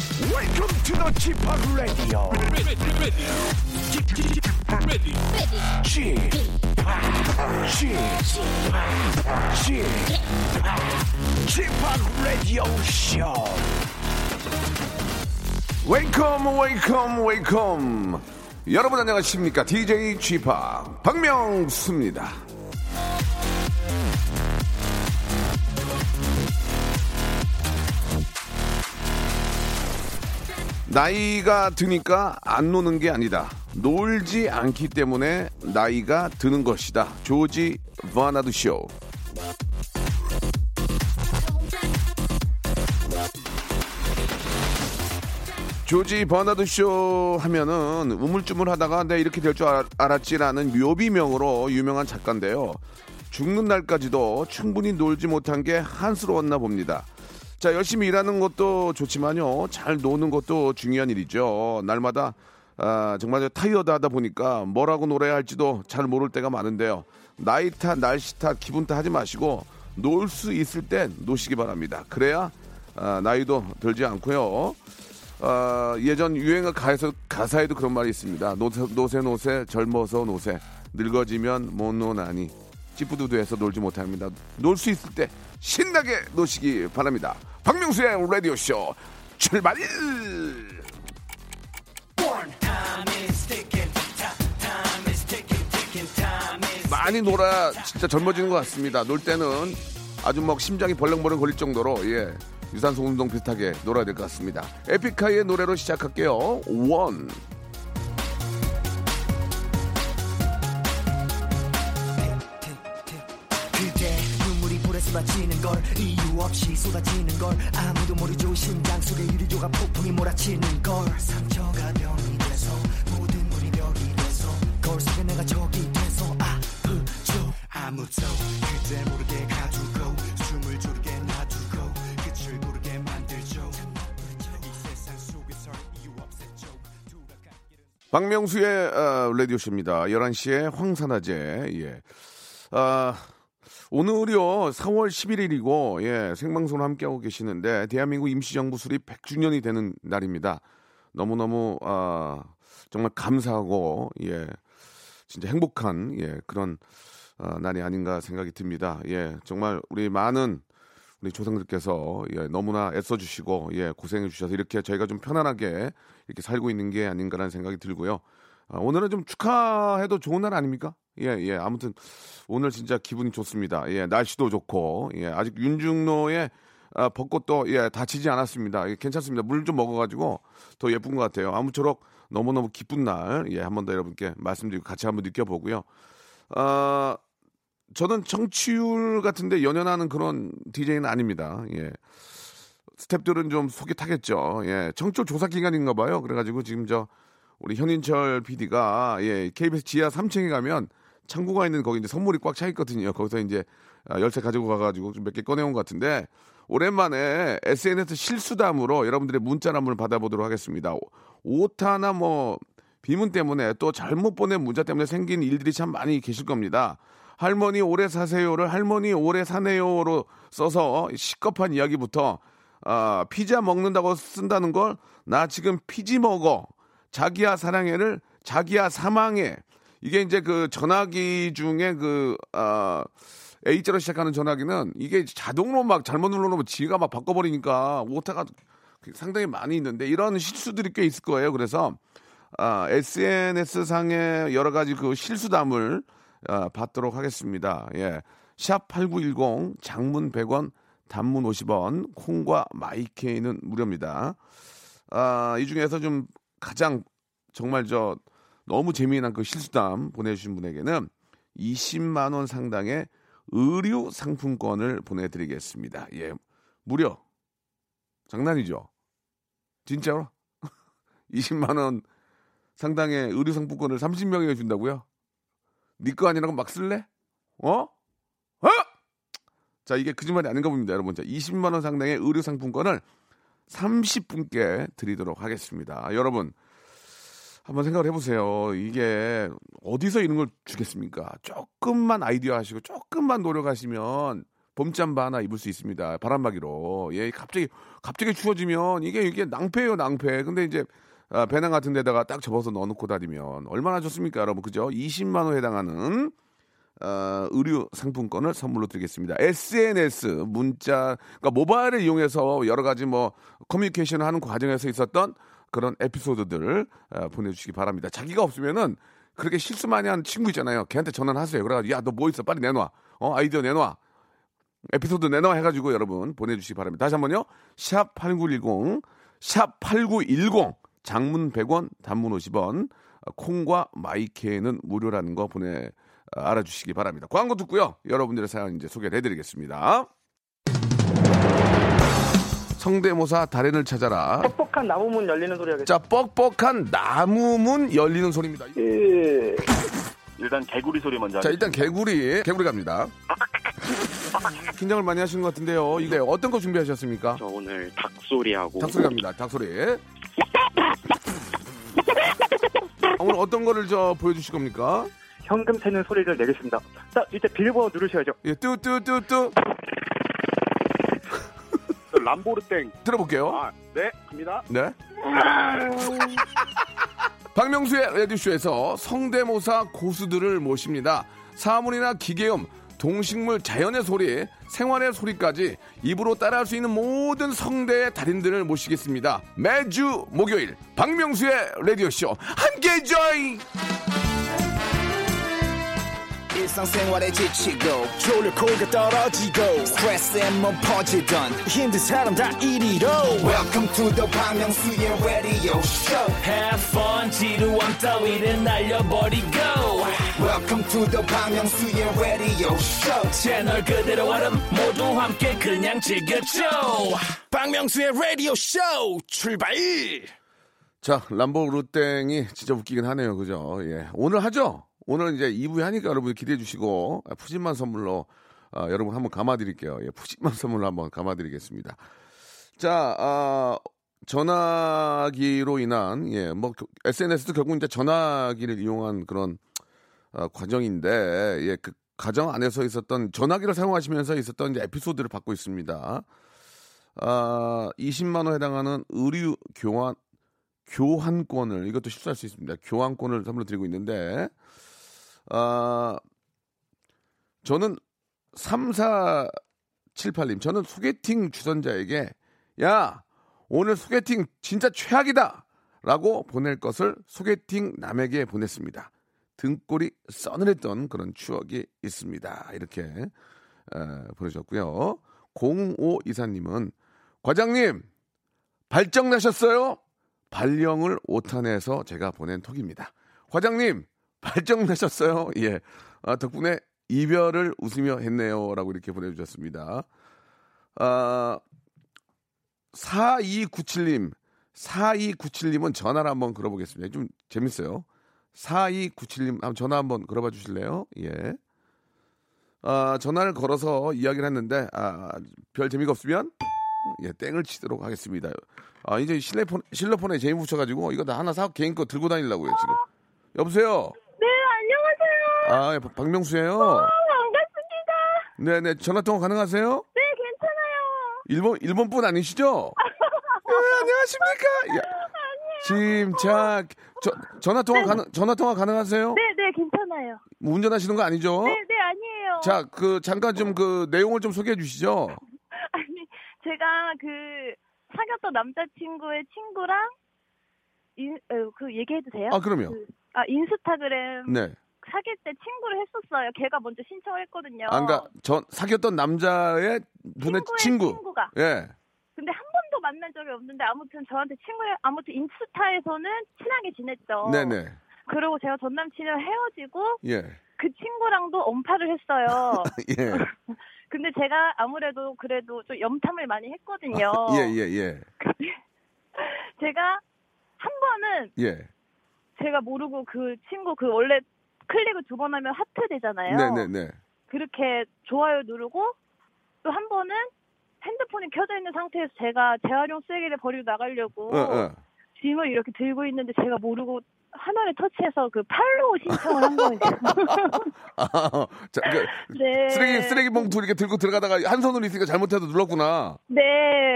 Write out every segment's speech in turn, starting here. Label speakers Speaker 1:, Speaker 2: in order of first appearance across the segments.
Speaker 1: Welcome to the g p o p Radio.
Speaker 2: ready, ready, ready, ready.
Speaker 1: g p o p g p o p g p o p Radio Show.
Speaker 3: 웨이컴 웨이컴 웨이컴 여러분 안녕하십니까 DJ g p o p 박명수입니다 나이가 드니까 안 노는 게 아니다 놀지 않기 때문에 나이가 드는 것이다 조지 바나드 쇼 조지 버나드 쇼 하면은 우물쭈물하다가 내 이렇게 될 줄 알았지라는 묘비명으로 유명한 작가인데요. 죽는 날까지도 충분히 놀지 못한 게 한스러웠나 봅니다. 자 열심히 일하는 것도 좋지만요, 잘 노는 것도 중요한 일이죠. 날마다 아, 정말 타이어드하다 보니까 뭐라고 노래해야 할지도 잘 모를 때가 많은데요. 나이 탓, 날씨 탓, 기분 탓 하지 마시고 놀 수 있을 땐 노시기 바랍니다. 그래야 아, 나이도 들지 않고요. 아, 예전 유행가 가에서, 가사에도 그런 말이 있습니다. 노세, 노세 노세 젊어서 노세 늙어지면 못 노나니 찌뿌두두해서 놀지 못합니다. 놀 수 있을 때 신나게 노시기 바랍니다. 박명수의 라디오 쇼 출발! 많이 놀아 진짜 젊어지는 것 같습니다. 놀 때는 아주 막 심장이 벌렁벌렁 걸릴 정도로 예 유산소 운동 비슷하게 놀아야 될 것 같습니다. 에픽하이의 노래로 시작할게요. 원.
Speaker 4: 그대 눈물이 불에 쏟아지는 걸 이유 없이 쏟아지는 걸 아무도 모르죠 심장 속에 유리조각 폭풍이 몰아치는 걸 상처가 병이 돼서 모든 물이 벽이 돼서 거울 속에 내가 적이 돼서 아프죠 아무도 그대 모르게 가두고 숨을 조르게 놔두고 끝을 모르게 만들죠 이 세상 속에서 이유 없애죠
Speaker 3: 박명수의 어, 라디오쇼입니다. 11시에 황산화제. 예. 아, 오늘이요, 4월 11일이고, 예, 생방송으로 함께하고 계시는데, 대한민국 임시정부 수립 100주년이 되는 날입니다. 너무너무, 아, 정말 감사하고, 예, 진짜 행복한, 예, 그런, 아, 날이 아닌가 생각이 듭니다. 예, 정말 우리 많은 우리 조상들께서 예, 너무나 애써주시고 예, 고생해주셔서 이렇게 저희가 좀 편안하게 이렇게 살고 있는 게 아닌가라는 생각이 들고요. 아, 오늘은 좀 축하해도 좋은 날 아닙니까? 예, 예. 아무튼 오늘 진짜 기분이 좋습니다. 예, 날씨도 좋고 예, 아직 윤중로에 아, 벚꽃도 예, 다치지 않았습니다. 예, 괜찮습니다. 물 좀 먹어가지고 더 예쁜 것 같아요. 아무쪼록 너무너무 기쁜 날, 예, 한 번 더 여러분께 말씀드리고 같이 한번 느껴보고요. 아, 저는 청취율 같은데 연연하는 그런 DJ는 아닙니다. 예. 스탭들은 좀 속이 타겠죠. 예. 청취율 조사 기간인가 봐요. 그래가지고 지금 저 우리 현인철 PD가 예, KBS 지하 3층에 가면 창고가 있는 거기 이제 선물이 꽉 차 있거든요. 거기서 이제 아, 열쇠 가지고 가가지고 좀 몇 개 꺼내온 것 같은데 오랜만에 SNS 실수담으로 여러분들의 문자를 한번 받아보도록 하겠습니다. 오- 오타나 뭐 비문 때문에 또 잘못 보낸 문자 때문에 생긴 일들이 참 많이 계실 겁니다. 할머니 오래 사세요를 할머니 오래 사네요로 써서 시겁한 이야기부터 아, 피자 먹는다고 쓴다는 걸 나 지금 피지 먹어 자기야 사랑해를 자기야 사망해 이게 이제 그 전화기 중에 그 아, A자로 시작하는 전화기는 이게 자동으로 막 잘못 눌러놓으면 지가 막 바꿔버리니까 오타가 상당히 많이 있는데 이런 실수들이 꽤 있을 거예요. 그래서 아, SNS 상의 여러 가지 그 실수담을 아, 받도록 하겠습니다. 예. 샵8910 장문 100원 단문 50원 콩과 마이케이는 무료입니다. 아, 이 중에서 좀 가장 정말 저 너무 재미난 그 실수담 보내주신 분에게는 20만 원 상당의 의류 상품권을 보내드리겠습니다. 예, 무려 장난이죠? 진짜로? 20만 원 상당의 의류 상품권을 30명에게 준다고요? 네 거 아니라고 막 쓸래? 어? 어? 자, 이게 거짓말이 아닌가 봅니다, 여러분. 자, 20만 원 상당의 의류 상품권을 30분께 드리도록 하겠습니다. 여러분, 한번 생각을 해보세요. 이게 어디서 이런 걸 주겠습니까? 조금만 아이디어 하시고 조금만 노력하시면 봄잠바 하나 입을 수 있습니다. 바람막이로. 예, 갑자기 갑자기 추워지면 이게 이게 낭패예요, 낭패. 근데 이제 아, 배낭 같은 데다가 딱 접어서 넣어놓고 다니면 얼마나 좋습니까, 여러분? 그죠? 20만 원 해당하는 어, 의류 상품권을 선물로 드리겠습니다. SNS 문자 그러니까 모바일을 이용해서 여러 가지 뭐 커뮤니케이션을 하는 과정에서 있었던 그런 에피소드들 어, 보내주시기 바랍니다. 자기가 없으면은 그렇게 실수 많이 한 친구 있잖아요. 걔한테 전화를 하세요. 그래가지고 야 너 뭐 있어 빨리 내놔. 어 아이디어 내놔. 에피소드 내놔 해가지고 여러분 보내주시기 바랍니다. 다시 한번요. 샵 8910, 샵 8910, 장문 100원, 단문 50원, 콩과 마이케는 무료라는 거 보내 아, 알아주시기 바랍니다. 광고 듣고요. 여러분들의 사연 이제 소개를 해드리겠습니다. 성대모사 달인을 찾아라.
Speaker 5: 뻑뻑한 나무문 열리는 소리 하겠습니다.
Speaker 3: 자, 뻑뻑한 나무문 열리는 소리입니다.
Speaker 5: 예.
Speaker 6: 일단 개구리 소리 먼저
Speaker 3: 자,
Speaker 6: 하겠습니다.
Speaker 3: 일단 개구리, 개구리 갑니다. 긴장을 많이 하시는 것 같은데요. 이거 어떤 거 준비하셨습니까?
Speaker 6: 저 오늘 닭소리하고
Speaker 3: 닭소리 갑니다. 닭소리. 아, 오늘 어떤 거를 저 보여주실 겁니까?
Speaker 5: 현금 새는 소리를 내겠습니다. 자, 이제 빌보드 누르셔야죠.
Speaker 3: 예, 뚜뚜뚜뚜
Speaker 6: 그 람보르땡
Speaker 3: 들어볼게요.
Speaker 6: 아, 네 갑니다
Speaker 3: 네. 박명수의 레디쇼에서 성대모사 고수들을 모십니다. 사물이나 기계음, 동식물, 자연의 소리, 생활의 소리까지 입으로 따라할 수 있는 모든 성대의 달인들을 모시겠습니다. 매주 목요일 박명수의 라디오쇼 함께 join.
Speaker 7: 일상생활에 지치고, 졸려 코가 떨어지고, 스트레스에 몸 퍼지던, 힘든 사람 다 이리로. welcome to the Bang Myung-soo's radio show
Speaker 8: Have fun 지루함 따위를 날려버리고
Speaker 7: welcome to the Bang Myung-soo's radio show
Speaker 8: 채널 그대로 얼음 모두 함께 그냥 즐겨줘
Speaker 3: 자, 람보르땡이 진짜 웃기긴 하네요. 그죠? 예. 오늘 하죠? 오늘 이제 2부에 하니까 여러분 기대해 주시고, 아, 푸짐한 선물로, 아, 여러분 한번 감아드릴게요. 예, 푸짐한 선물로 한번 감아드리겠습니다. 자, 아, 전화기로 인한, 예, 뭐, 그- SNS도 결국 이제 전화기를 이용한 그런, 아, 과정인데, 예, 그, 가정 안에서 있었던, 전화기를 사용하시면서 있었던 이제 에피소드를 받고 있습니다. 아, 20만원 해당하는 의류 교환, 교환권을 이것도 실수할 수 있습니다. 교환권을 선물로 드리고 있는데 아 저는 3478님 저는 소개팅 주선자에게 야 오늘 소개팅 진짜 최악이다 라고 보낼 것을 소개팅 남에게 보냈습니다. 등골이 써늘했던 그런 추억이 있습니다. 이렇게 에, 보내셨고요. 05 이사님은 과장님 발정 나셨어요? 발령을 오탄에서 제가 보낸 톡입니다. 과장님 발정 나셨어요? 예. 아, 덕분에 이별을 웃으며 했네요라고 이렇게 보내주셨습니다. 아, 4297님 4297님은 전화를 한번 걸어보겠습니다. 좀 재밌어요. 4297님 한번 전화 한번 걸어봐 주실래요? 예. 아, 전화를 걸어서 이야기를 했는데 아, 별 재미가 없으면 예, 땡을 치도록 하겠습니다. 아, 이제 실내폰, 실내폰에 제임 붙여가지고, 이거 나 하나 사, 개인 거 들고 다니려고요, 지금. 여보세요?
Speaker 9: 네, 안녕하세요.
Speaker 3: 아, 예, 박- 박명수예요
Speaker 9: 반갑습니다.
Speaker 3: 네네, 전화통화 가능하세요?
Speaker 9: 네, 괜찮아요.
Speaker 3: 일본, 일본 분 아니시죠? 네, 안녕하십니까? 야, 침착. 저, 전화통화 가능, 전화통화 가능하세요?
Speaker 9: 네, 네, 괜찮아요.
Speaker 3: 뭐 운전하시는 거 아니죠?
Speaker 9: 네, 네, 아니에요.
Speaker 3: 어? 자, 그, 잠깐 좀 그 내용을 좀 소개해 주시죠.
Speaker 9: 아니, 제가 그 사귀었던 남자친구의 친구랑 인, 어, 그 얘기해도 돼요?
Speaker 3: 아, 그럼요.
Speaker 9: 그, 아, 인스타그램
Speaker 3: 네.
Speaker 9: 사귈 때 친구를 했었어요. 걔가 먼저 신청을 했거든요.
Speaker 3: 아, 그니까, 전, 사귀었던 남자의 분의
Speaker 9: 어. 친구의
Speaker 3: 친구.
Speaker 9: 친구가.
Speaker 3: 예.
Speaker 9: 근데 한 번도 만난 적이 없는데 아무튼 저한테 친구를 아무튼 인스타에서는 친하게 지냈죠.
Speaker 3: 네네.
Speaker 9: 그리고 제가 전 남친이랑 헤어지고
Speaker 3: 예.
Speaker 9: 그 친구랑도 언파를 했어요.
Speaker 3: 예.
Speaker 9: 근데 제가 아무래도 그래도 좀 염탐을 많이 했거든요.
Speaker 3: 예예예 예,
Speaker 9: 제가 한 번은
Speaker 3: 예.
Speaker 9: 제가 모르고 그 친구 그 원래 클릭을 두 번 하면 하트 되잖아요.
Speaker 3: 네네네.
Speaker 9: 그렇게 좋아요 누르고 또 한 번은 핸드폰이 켜져 있는 상태에서 제가 재활용 쓰레기를 버리고 나가려고
Speaker 3: 어, 어.
Speaker 9: 짐을 이렇게 들고 있는데 제가 모르고 화면을 터치해서 그 팔로우 신청을 한 거예요.
Speaker 3: 아, 자, 그,
Speaker 9: 네.
Speaker 3: 쓰레기 쓰레기 봉투 이렇게 들고 들어가다가 한 손으로 있으니까 잘못해서 눌렀구나.
Speaker 9: 네.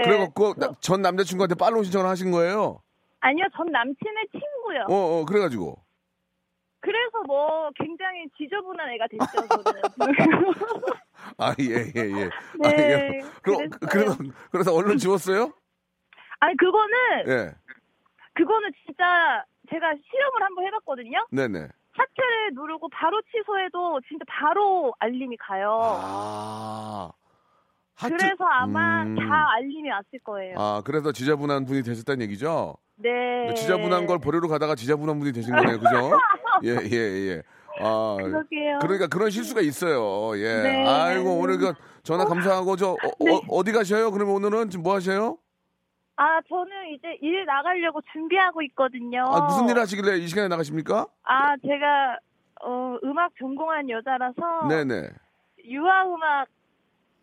Speaker 3: 그래갖고 나- 전 남자친구한테 팔로우 신청을 하신 거예요.
Speaker 9: 아니요, 전 남친의 친구요.
Speaker 3: 어, 어 그래가지고.
Speaker 9: 그래서 뭐 굉장히 지저분한 애가 됐죠. 저는.
Speaker 3: 아, 예, 예, 예.
Speaker 9: 네,
Speaker 3: 아, 예. 그럼,
Speaker 9: 그랬어요.
Speaker 3: 그래서, 그래서 얼른 지웠어요?
Speaker 9: 아니 그거는
Speaker 3: 예.
Speaker 9: 그거는 진짜 제가 실험을 한번 해봤거든요.
Speaker 3: 네네.
Speaker 9: 하트를 누르고 바로 취소해도 진짜 바로 알림이 가요.
Speaker 3: 아. 하트-
Speaker 9: 어. 그래서 아마
Speaker 3: 음.
Speaker 9: 다 알림이 왔을 거예요.
Speaker 3: 아, 그래서 지저분한 분이 되셨다는 얘기죠?
Speaker 9: 네.
Speaker 3: 지저분한 걸 버리러 가다가 지저분한 분이 되신 거네요, 그죠? 예, 예, 예. 아,
Speaker 9: 그러게요.
Speaker 3: 그러니까 그런 실수가 있어요. 예.
Speaker 9: 네.
Speaker 3: 아이고, 오늘 그 전화 감사하고 저 어, 디 가셔요? 그러면 오늘은 지금 뭐 하셔요?
Speaker 9: 아 저는 이제 일 나가려고 준비하고 있거든요.
Speaker 3: 아, 무슨 일 하시길래 이 시간에 나가십니까?
Speaker 9: 아, 제가 어, 음악 전공한 여자라서
Speaker 3: 네네.
Speaker 9: 유아 음악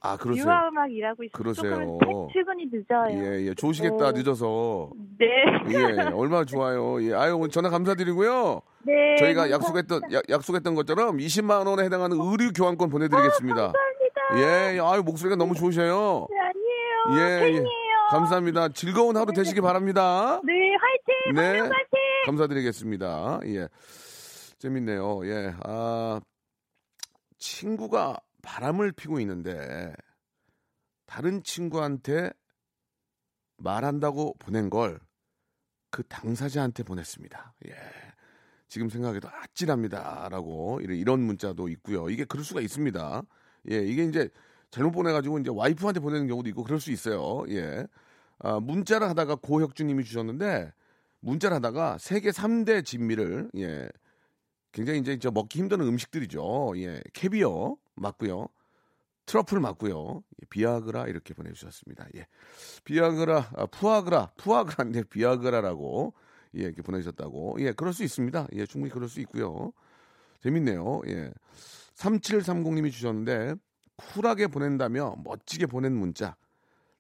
Speaker 3: 아, 그러세요.
Speaker 9: 유아 음악 일하고 있어요.
Speaker 3: 그러세요.
Speaker 9: 조금 출근이 늦어요.
Speaker 3: 예, 예. 좋으시겠다,
Speaker 9: 네.
Speaker 3: 늦어서.
Speaker 9: 네.
Speaker 3: 예, 얼마나 좋아요. 예, 아유, 오늘 전화 감사드리고요.
Speaker 9: 네.
Speaker 3: 저희가
Speaker 9: 감사-
Speaker 3: 약속했던, 약, 약속했던 것처럼 20만 원에 해당하는 의류 교환권 보내드리겠습니다.
Speaker 9: 아, 감사합니다.
Speaker 3: 예, 아유, 목소리가 너무 좋으셔요.
Speaker 9: 네, 아니에요.
Speaker 3: 예,
Speaker 9: 팬이에요.
Speaker 3: 감사합니다. 즐거운 하루 되시기 바랍니다.
Speaker 9: 네, 화이팅.
Speaker 3: 네.
Speaker 9: 방명 화이팅.
Speaker 3: 감사드리겠습니다. 예. 재밌네요. 예. 아, 친구가 바람을 피고 있는데 다른 친구한테 말한다고 보낸 걸 그 당사자한테 보냈습니다. 예. 지금 생각해도 아찔합니다라고 이런- 이런 문자도 있고요. 이게 그럴 수가 있습니다. 예, 이게 이제 잘못 보내가지고 이제 와이프한테 보내는 경우도 있고 그럴 수 있어요. 예, 아, 문자를 하다가 고혁주님이 주셨는데 문자를 하다가 세계 3대 진미를 예 굉장히 이제 저 먹기 힘든 음식들이죠. 예, 캐비어 맞고요. 트러플 맞고요. 예, 비아그라 이렇게 보내주셨습니다. 예, 비아그라, 아, 푸아그라, 푸아그라인데 비아그라라고 예 이렇게 보내주셨다고. 예, 그럴 수 있습니다. 예, 충분히 그럴 수 있고요. 재밌네요. 예, 3730님이 주셨는데 쿨하게 보낸다며 멋지게 보낸 문자.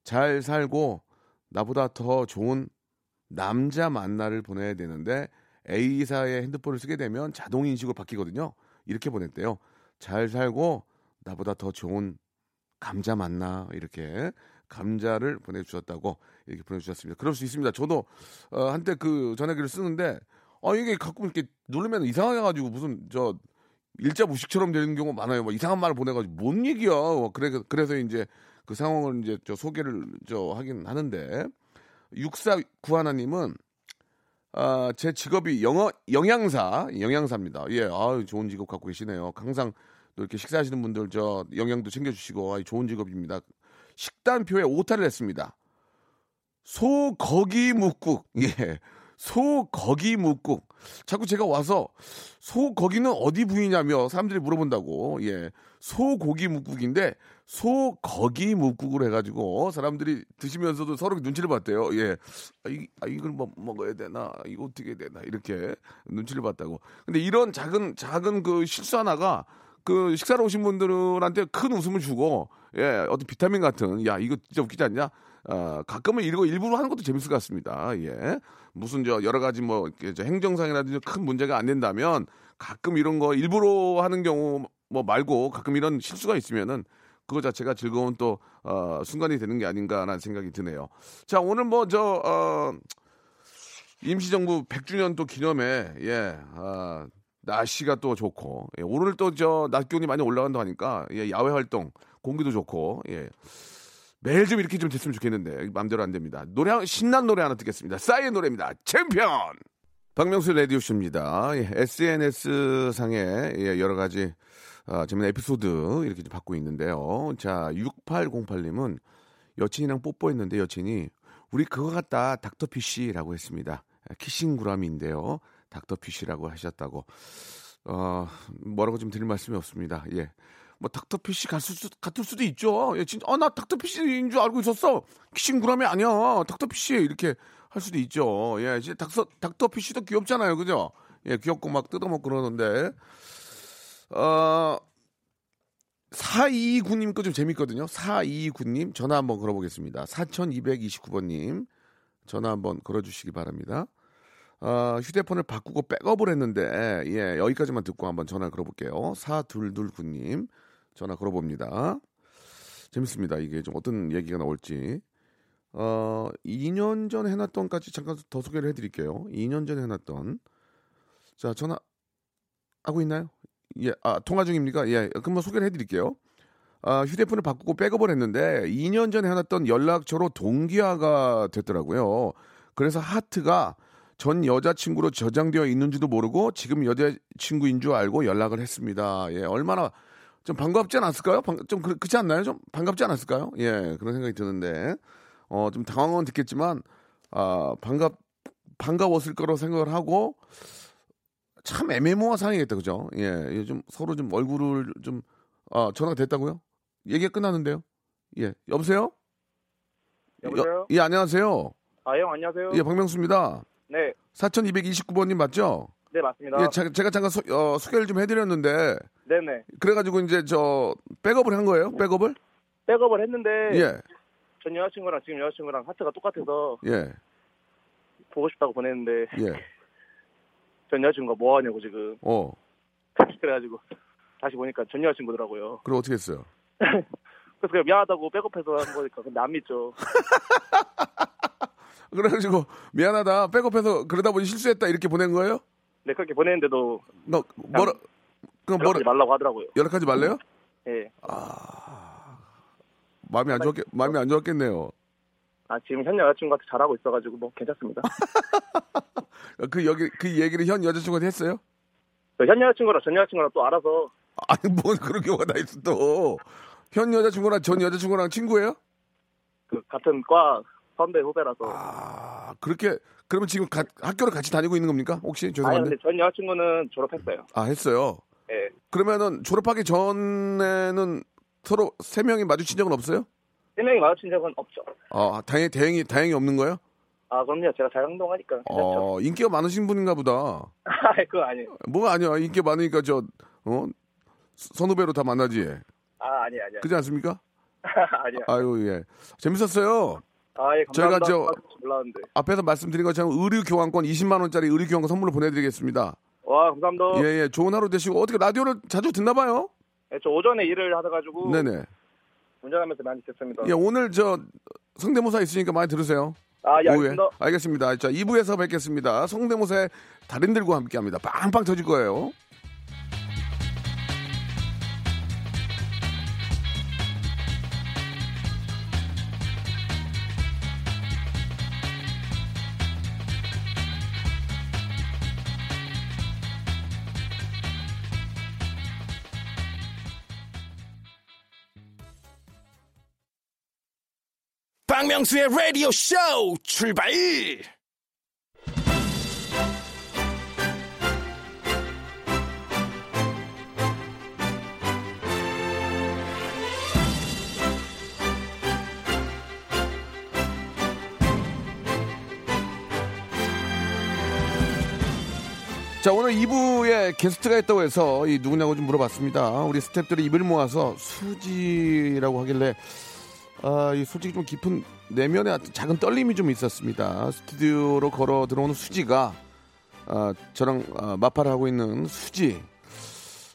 Speaker 3: 잘 살고 나보다 더 좋은 남자 만나를 보내야 되는데 A사의 핸드폰을 쓰게 되면 자동 인식으로 바뀌거든요. 이렇게 보냈대요. 잘 살고 나보다 더 좋은 감자 만나 이렇게 감자를 보내주셨다고 이렇게 보내주셨습니다. 그럴 수 있습니다. 저도 어, 한때 그 전화기를 쓰는데 아 이게 가끔 이렇게 누르면 이상해가지고 무슨 저 일자 무식처럼 되는 경우 많아요. 막 이상한 말을 보내가지고 뭔 얘기야. 막 그래, 그래서 이제 그 상황을 이제 저 소개를 저 하긴 하는데 6491님은 아, 제 직업이 영어 영양사, 영양사입니다. 예, 아유 좋은 직업 갖고 계시네요. 항상 또 이렇게 식사하시는 분들 저 영양도 챙겨주시고 아유, 좋은 직업입니다. 식단표에 오타를 했습니다. 소거기 묵국, 예, 소거기 묵국. 자꾸 제가 와서 소거기는 어디 부위냐며 사람들이 물어본다고. 예, 소고기 묵국인데 소거기 묵국으로 해가지고 사람들이 드시면서도 서로 눈치를 봤대요. 예, 아, 이, 아, 이걸 뭐 먹어야 되나? 이거 어떻게 해야 되나? 이렇게 눈치를 봤다고. 근데 이런 작은 작은 그 실수 하나가 그 식사로 오신 분들한테 큰 웃음을 주고 예, 어떤 비타민 같은 야 이거 진짜 웃기지 않냐? 아, 가끔은 이거 일부러 하는 것도 재밌을 것 같습니다. 예. 무슨 저 여러 가지 뭐 이렇게 저 행정상이라든지 큰 문제가 안 된다면 가끔 이런 거 일부러 하는 경우 뭐 말고 가끔 이런 실수가 있으면은 그거 자체가 즐거운 또 어, 순간이 되는 게 아닌가라는 생각이 드네요. 자 오늘 뭐 저 어, 임시정부 100주년 또 기념에 예 아, 날씨가 또 좋고 예, 오늘 또 저 낮 기온이 많이 올라간다 하니까 예, 야외 활동 공기도 좋고 예. 매일 좀 이렇게 좀 됐으면 좋겠는데 마음대로 안 됩니다. 노래 한- 신난 노래 하나 듣겠습니다. 싸이의 노래입니다. 챔피언. 박명수 레디오쇼입니다. 예, SNS 상에 예, 여러 가지 아, 재미난 에피소드 이렇게 좀 받고 있는데요. 자 6808님은 여친이랑 뽀뽀했는데 여친이 우리 그거 같다 닥터피쉬라고 했습니다. 아, 키싱 구라미인데요. 닥터피쉬라고 하셨다고. 어 뭐라고 좀 드릴 말씀이 없습니다. 예. 뭐 닥터피쉬 같을 수도, 같을 수도 있죠. 예, 진짜 어나 닥터피쉬인 줄 알고 있었어. 키싱 구라미 아니야. 닥터피쉬 이렇게 할 수도 있죠. 예, 이제 닥터 닥터피쉬도 귀엽잖아요, 그죠? 예, 귀엽고 막 뜯어먹고 그러는데 어. 429님 거 좀 재밌거든요. 429님 전화 한번 걸어보겠습니다. 4229번님 전화 한번 걸어주시기 바랍니다. 어, 휴대폰을 바꾸고 백업을 했는데 예, 여기까지만 듣고 한번 전화 걸어볼게요. 4229님 전화 걸어봅니다. 재밌습니다. 이게 좀 어떤 얘기가 나올지. 어, 2년 전 해놨던까지 잠깐 더 소개를 해드릴게요. 2년 전에 해놨던 자 전화 하고 있나요? 예, 아 통화 중입니까? 예, 그럼 뭐 소개를 해드릴게요. 아, 휴대폰을 바꾸고 백업을 했는데 2년 전에 해놨던 연락처로 동기화가 됐더라고요. 그래서 하트가 전 여자친구로 저장되어 있는지도 모르고 지금 여자친구인 줄 알고 연락을 했습니다. 예, 얼마나 좀 반갑지 않았을까요? 반- 좀 그, 그렇지 않나요? 좀 반갑지 않았을까요? 예, 그런 생각이 드는데 어, 좀 당황은 됐겠지만 아, 반갑 반가웠을 거로 생각을 하고 참 애매모호한 상황이겠다, 그죠? 예, 이게 좀 서로 좀 얼굴을 좀 아, 전화가 됐다고요? 얘기가 끝났는데요? 예, 여보세요?
Speaker 6: 여보세요?
Speaker 3: 예, 안녕하세요.
Speaker 6: 아, 형, 안녕하세요.
Speaker 3: 예, 박명수입니다.
Speaker 6: 네,
Speaker 3: 4229번님 맞죠?
Speaker 6: 네, 맞습니다.
Speaker 3: 예, 자- 제가 잠깐 소, 어, 소개를 좀 해드렸는데
Speaker 6: 네네.
Speaker 3: 그래가지고 이제 저 백업을 한 거예요? 백업을?
Speaker 6: 백업을 했는데,
Speaker 3: 예,
Speaker 6: 전 여자친구랑 지금 여자친구랑 하트가 똑같아서
Speaker 3: 예,
Speaker 6: 보고 싶다고 보냈는데,
Speaker 3: 예.
Speaker 6: 전 여자친구가 뭐 하냐고 지금.
Speaker 3: 어,
Speaker 6: 그래가지고, 다시 보니까 전 여자친구더라고요.
Speaker 3: 그리고 어떻게 했어요?
Speaker 6: 그래서 그냥 미안하다고 백업해서 한 거니까, 근데 안 믿죠.
Speaker 3: 그래가지고 미안하다 백업해서 그러다 보니 실수했다 이렇게 보낸 거예요?
Speaker 6: 네, 그렇게 보냈는데도
Speaker 3: 너 뭐라? 그럼 뭐라?
Speaker 6: 연락하지 말라고 하더라고요.
Speaker 3: 연락하지 말래요?
Speaker 6: 예.
Speaker 3: 마음이 안 좋았겠 마음이 안 좋았겠네요.
Speaker 6: 아, 지금 현 여자친구한테 잘하고 있어가지고, 뭐, 괜찮습니다.
Speaker 3: 그 여기 그 얘기를 현 여자친구한테 했어요?
Speaker 6: 그 현 여자친구랑 전 여자친구랑 또 알아서
Speaker 3: 아니 뭔 그런 경우가 다 있어 또. 현 여자친구랑 전 여자친구랑 친구예요?
Speaker 6: 그 같은 과 선배 후배라서
Speaker 3: 아 그렇게 그러면 지금 가- 학교를 같이 다니고 있는 겁니까? 혹시
Speaker 6: 아니
Speaker 3: 죄송한데
Speaker 6: 근데 전 여자친구는 졸업했어요.
Speaker 3: 아 했어요.
Speaker 6: 예.
Speaker 3: 그러면은 졸업하기 전에는 서로 세 명이 마주친 적은 없어요?
Speaker 6: 세 명이 마주친 적은 없죠.
Speaker 3: 아 다행 다행히 다행히 없는 거예요?
Speaker 6: 아 그럼요. 제가 잘 행동하니까 괜찮죠.
Speaker 3: 어 인기가 많으신 분인가 보다.
Speaker 6: 아 그거 아니에요.
Speaker 3: 뭐가 아니야 인기 많으니까 저 어? 선후배로 다 만나지.
Speaker 6: 아 아니 아니 아니.
Speaker 3: 그지 않습니까?
Speaker 6: 아니야.
Speaker 3: 아유 예 재밌었어요.
Speaker 6: 아예
Speaker 3: 저희가
Speaker 6: 감사합니다.
Speaker 3: 저-
Speaker 6: 몰랐는데.
Speaker 3: 앞에서 말씀드린 것처럼 의류 교환권 20만 원짜리 의류 교환권 선물로 보내드리겠습니다.
Speaker 6: 와 감사합니다.
Speaker 3: 예예 좋은 하루 되시고 어떻게 라디오를 자주 듣나 봐요?
Speaker 6: 예, 저 오전에 일을 하다가지고
Speaker 3: 네네.
Speaker 6: 운전하면서 많이 듣습니다.
Speaker 3: 예 오늘 저 성대모사 있으니까 많이 들으세요.
Speaker 6: 아예
Speaker 3: 오후에.
Speaker 6: 알겠습니다.
Speaker 3: 알겠습니다. 자 2부에서 뵙겠습니다. 성대모사의 달인들과 함께합니다. 빵빵 터질 거예요.
Speaker 8: 박명수의 라디오 쇼 출발
Speaker 3: 자 오늘 2부에 게스트가 있다고 해서 이 누구냐고 좀 물어봤습니다. 우리 스탭들이 입을 모아서 수지라고 하길래 아, 이 솔직히 좀 깊은 내면에 어떤 작은 떨림이 좀 있었습니다. 스튜디오로 걸어 들어오는 수지가 아, 저랑 아, 마파를 하고 있는 수지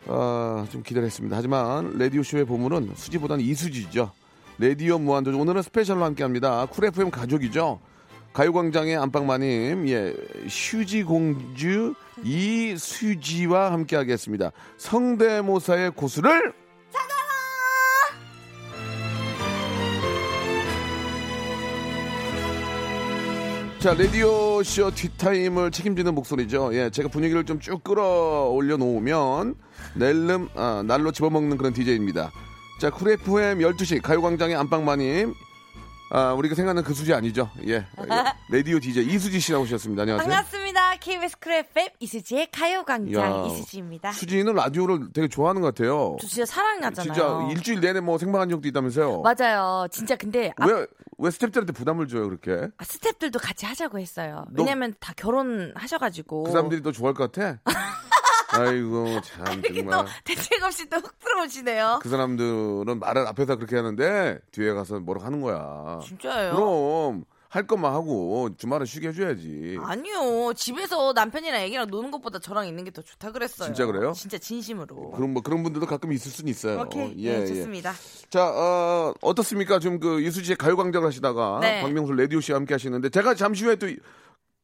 Speaker 3: 아, 좀 기다렸습니다. 하지만 라디오 쇼의 보물은 수지보다는 이수지죠. 라디오 무한도전 오늘은 스페셜로 함께합니다. 쿨 FM 가족이죠. 가요광장의 안방마님, 예, 슈지 공주 이수지와 함께하겠습니다. 성대모사의 고수를 자, 라디오 쇼 뒷타임을 책임지는 목소리죠. 예, 제가 분위기를 좀 쭉 끌어올려 놓으면 낼름 아, 날로 집어먹는 그런 DJ입니다. 자, 쿨 FM 12시 가요광장의 안방마님. 아, 우리가 생각하는 그 수지 아니죠? 예. 예. 라디오 DJ 이수지 씨 나오셨습니다. 안녕하세요.
Speaker 10: 반갑습니다. KBS 크루 FM 이수지의 가요광장
Speaker 3: 야.
Speaker 10: 이수지입니다.
Speaker 3: 수지는 라디오를 되게 좋아하는 것 같아요.
Speaker 10: 저 진짜 사랑하잖아요.
Speaker 3: 진짜 일주일 내내 뭐 생방한 적도 있다면서요.
Speaker 10: 맞아요. 진짜 근데 앞-
Speaker 3: 왜, 왜 스탭들한테 부담을 줘요, 그렇게?
Speaker 10: 아, 스탭들도 같이 하자고 했어요.
Speaker 3: 너-
Speaker 10: 왜냐면 다 결혼하셔가지고.
Speaker 3: 그 사람들이 더 좋아할 것 같아? 아이고, 참,
Speaker 10: 이렇게
Speaker 3: 정말.
Speaker 10: 또 대책 없이 또 훅 들어오시네요.
Speaker 3: 그 사람들은 말을 앞에서 그렇게 하는데 뒤에 가서 뭐라고 하는 거야.
Speaker 10: 진짜예요?
Speaker 3: 그럼 할 것만 하고 주말은 쉬게 해줘야지.
Speaker 10: 아니요. 집에서 남편이랑 애기랑 노는 것보다 저랑 있는 게 더 좋다 그랬어요.
Speaker 3: 진짜 그래요?
Speaker 10: 진짜 진심으로.
Speaker 3: 그런 뭐 그런 분들도 가끔 있을 수는 있어요.
Speaker 10: 오케이.
Speaker 3: 예,
Speaker 10: 네,
Speaker 3: 예.
Speaker 10: 좋습니다.
Speaker 3: 자, 어, 어떻습니까? 지금 그 이수지 의 가요광장 을 하시다가
Speaker 10: 네.
Speaker 3: 박명수 라디오 씨와 함께 하시는데 제가 잠시 후에 또 이-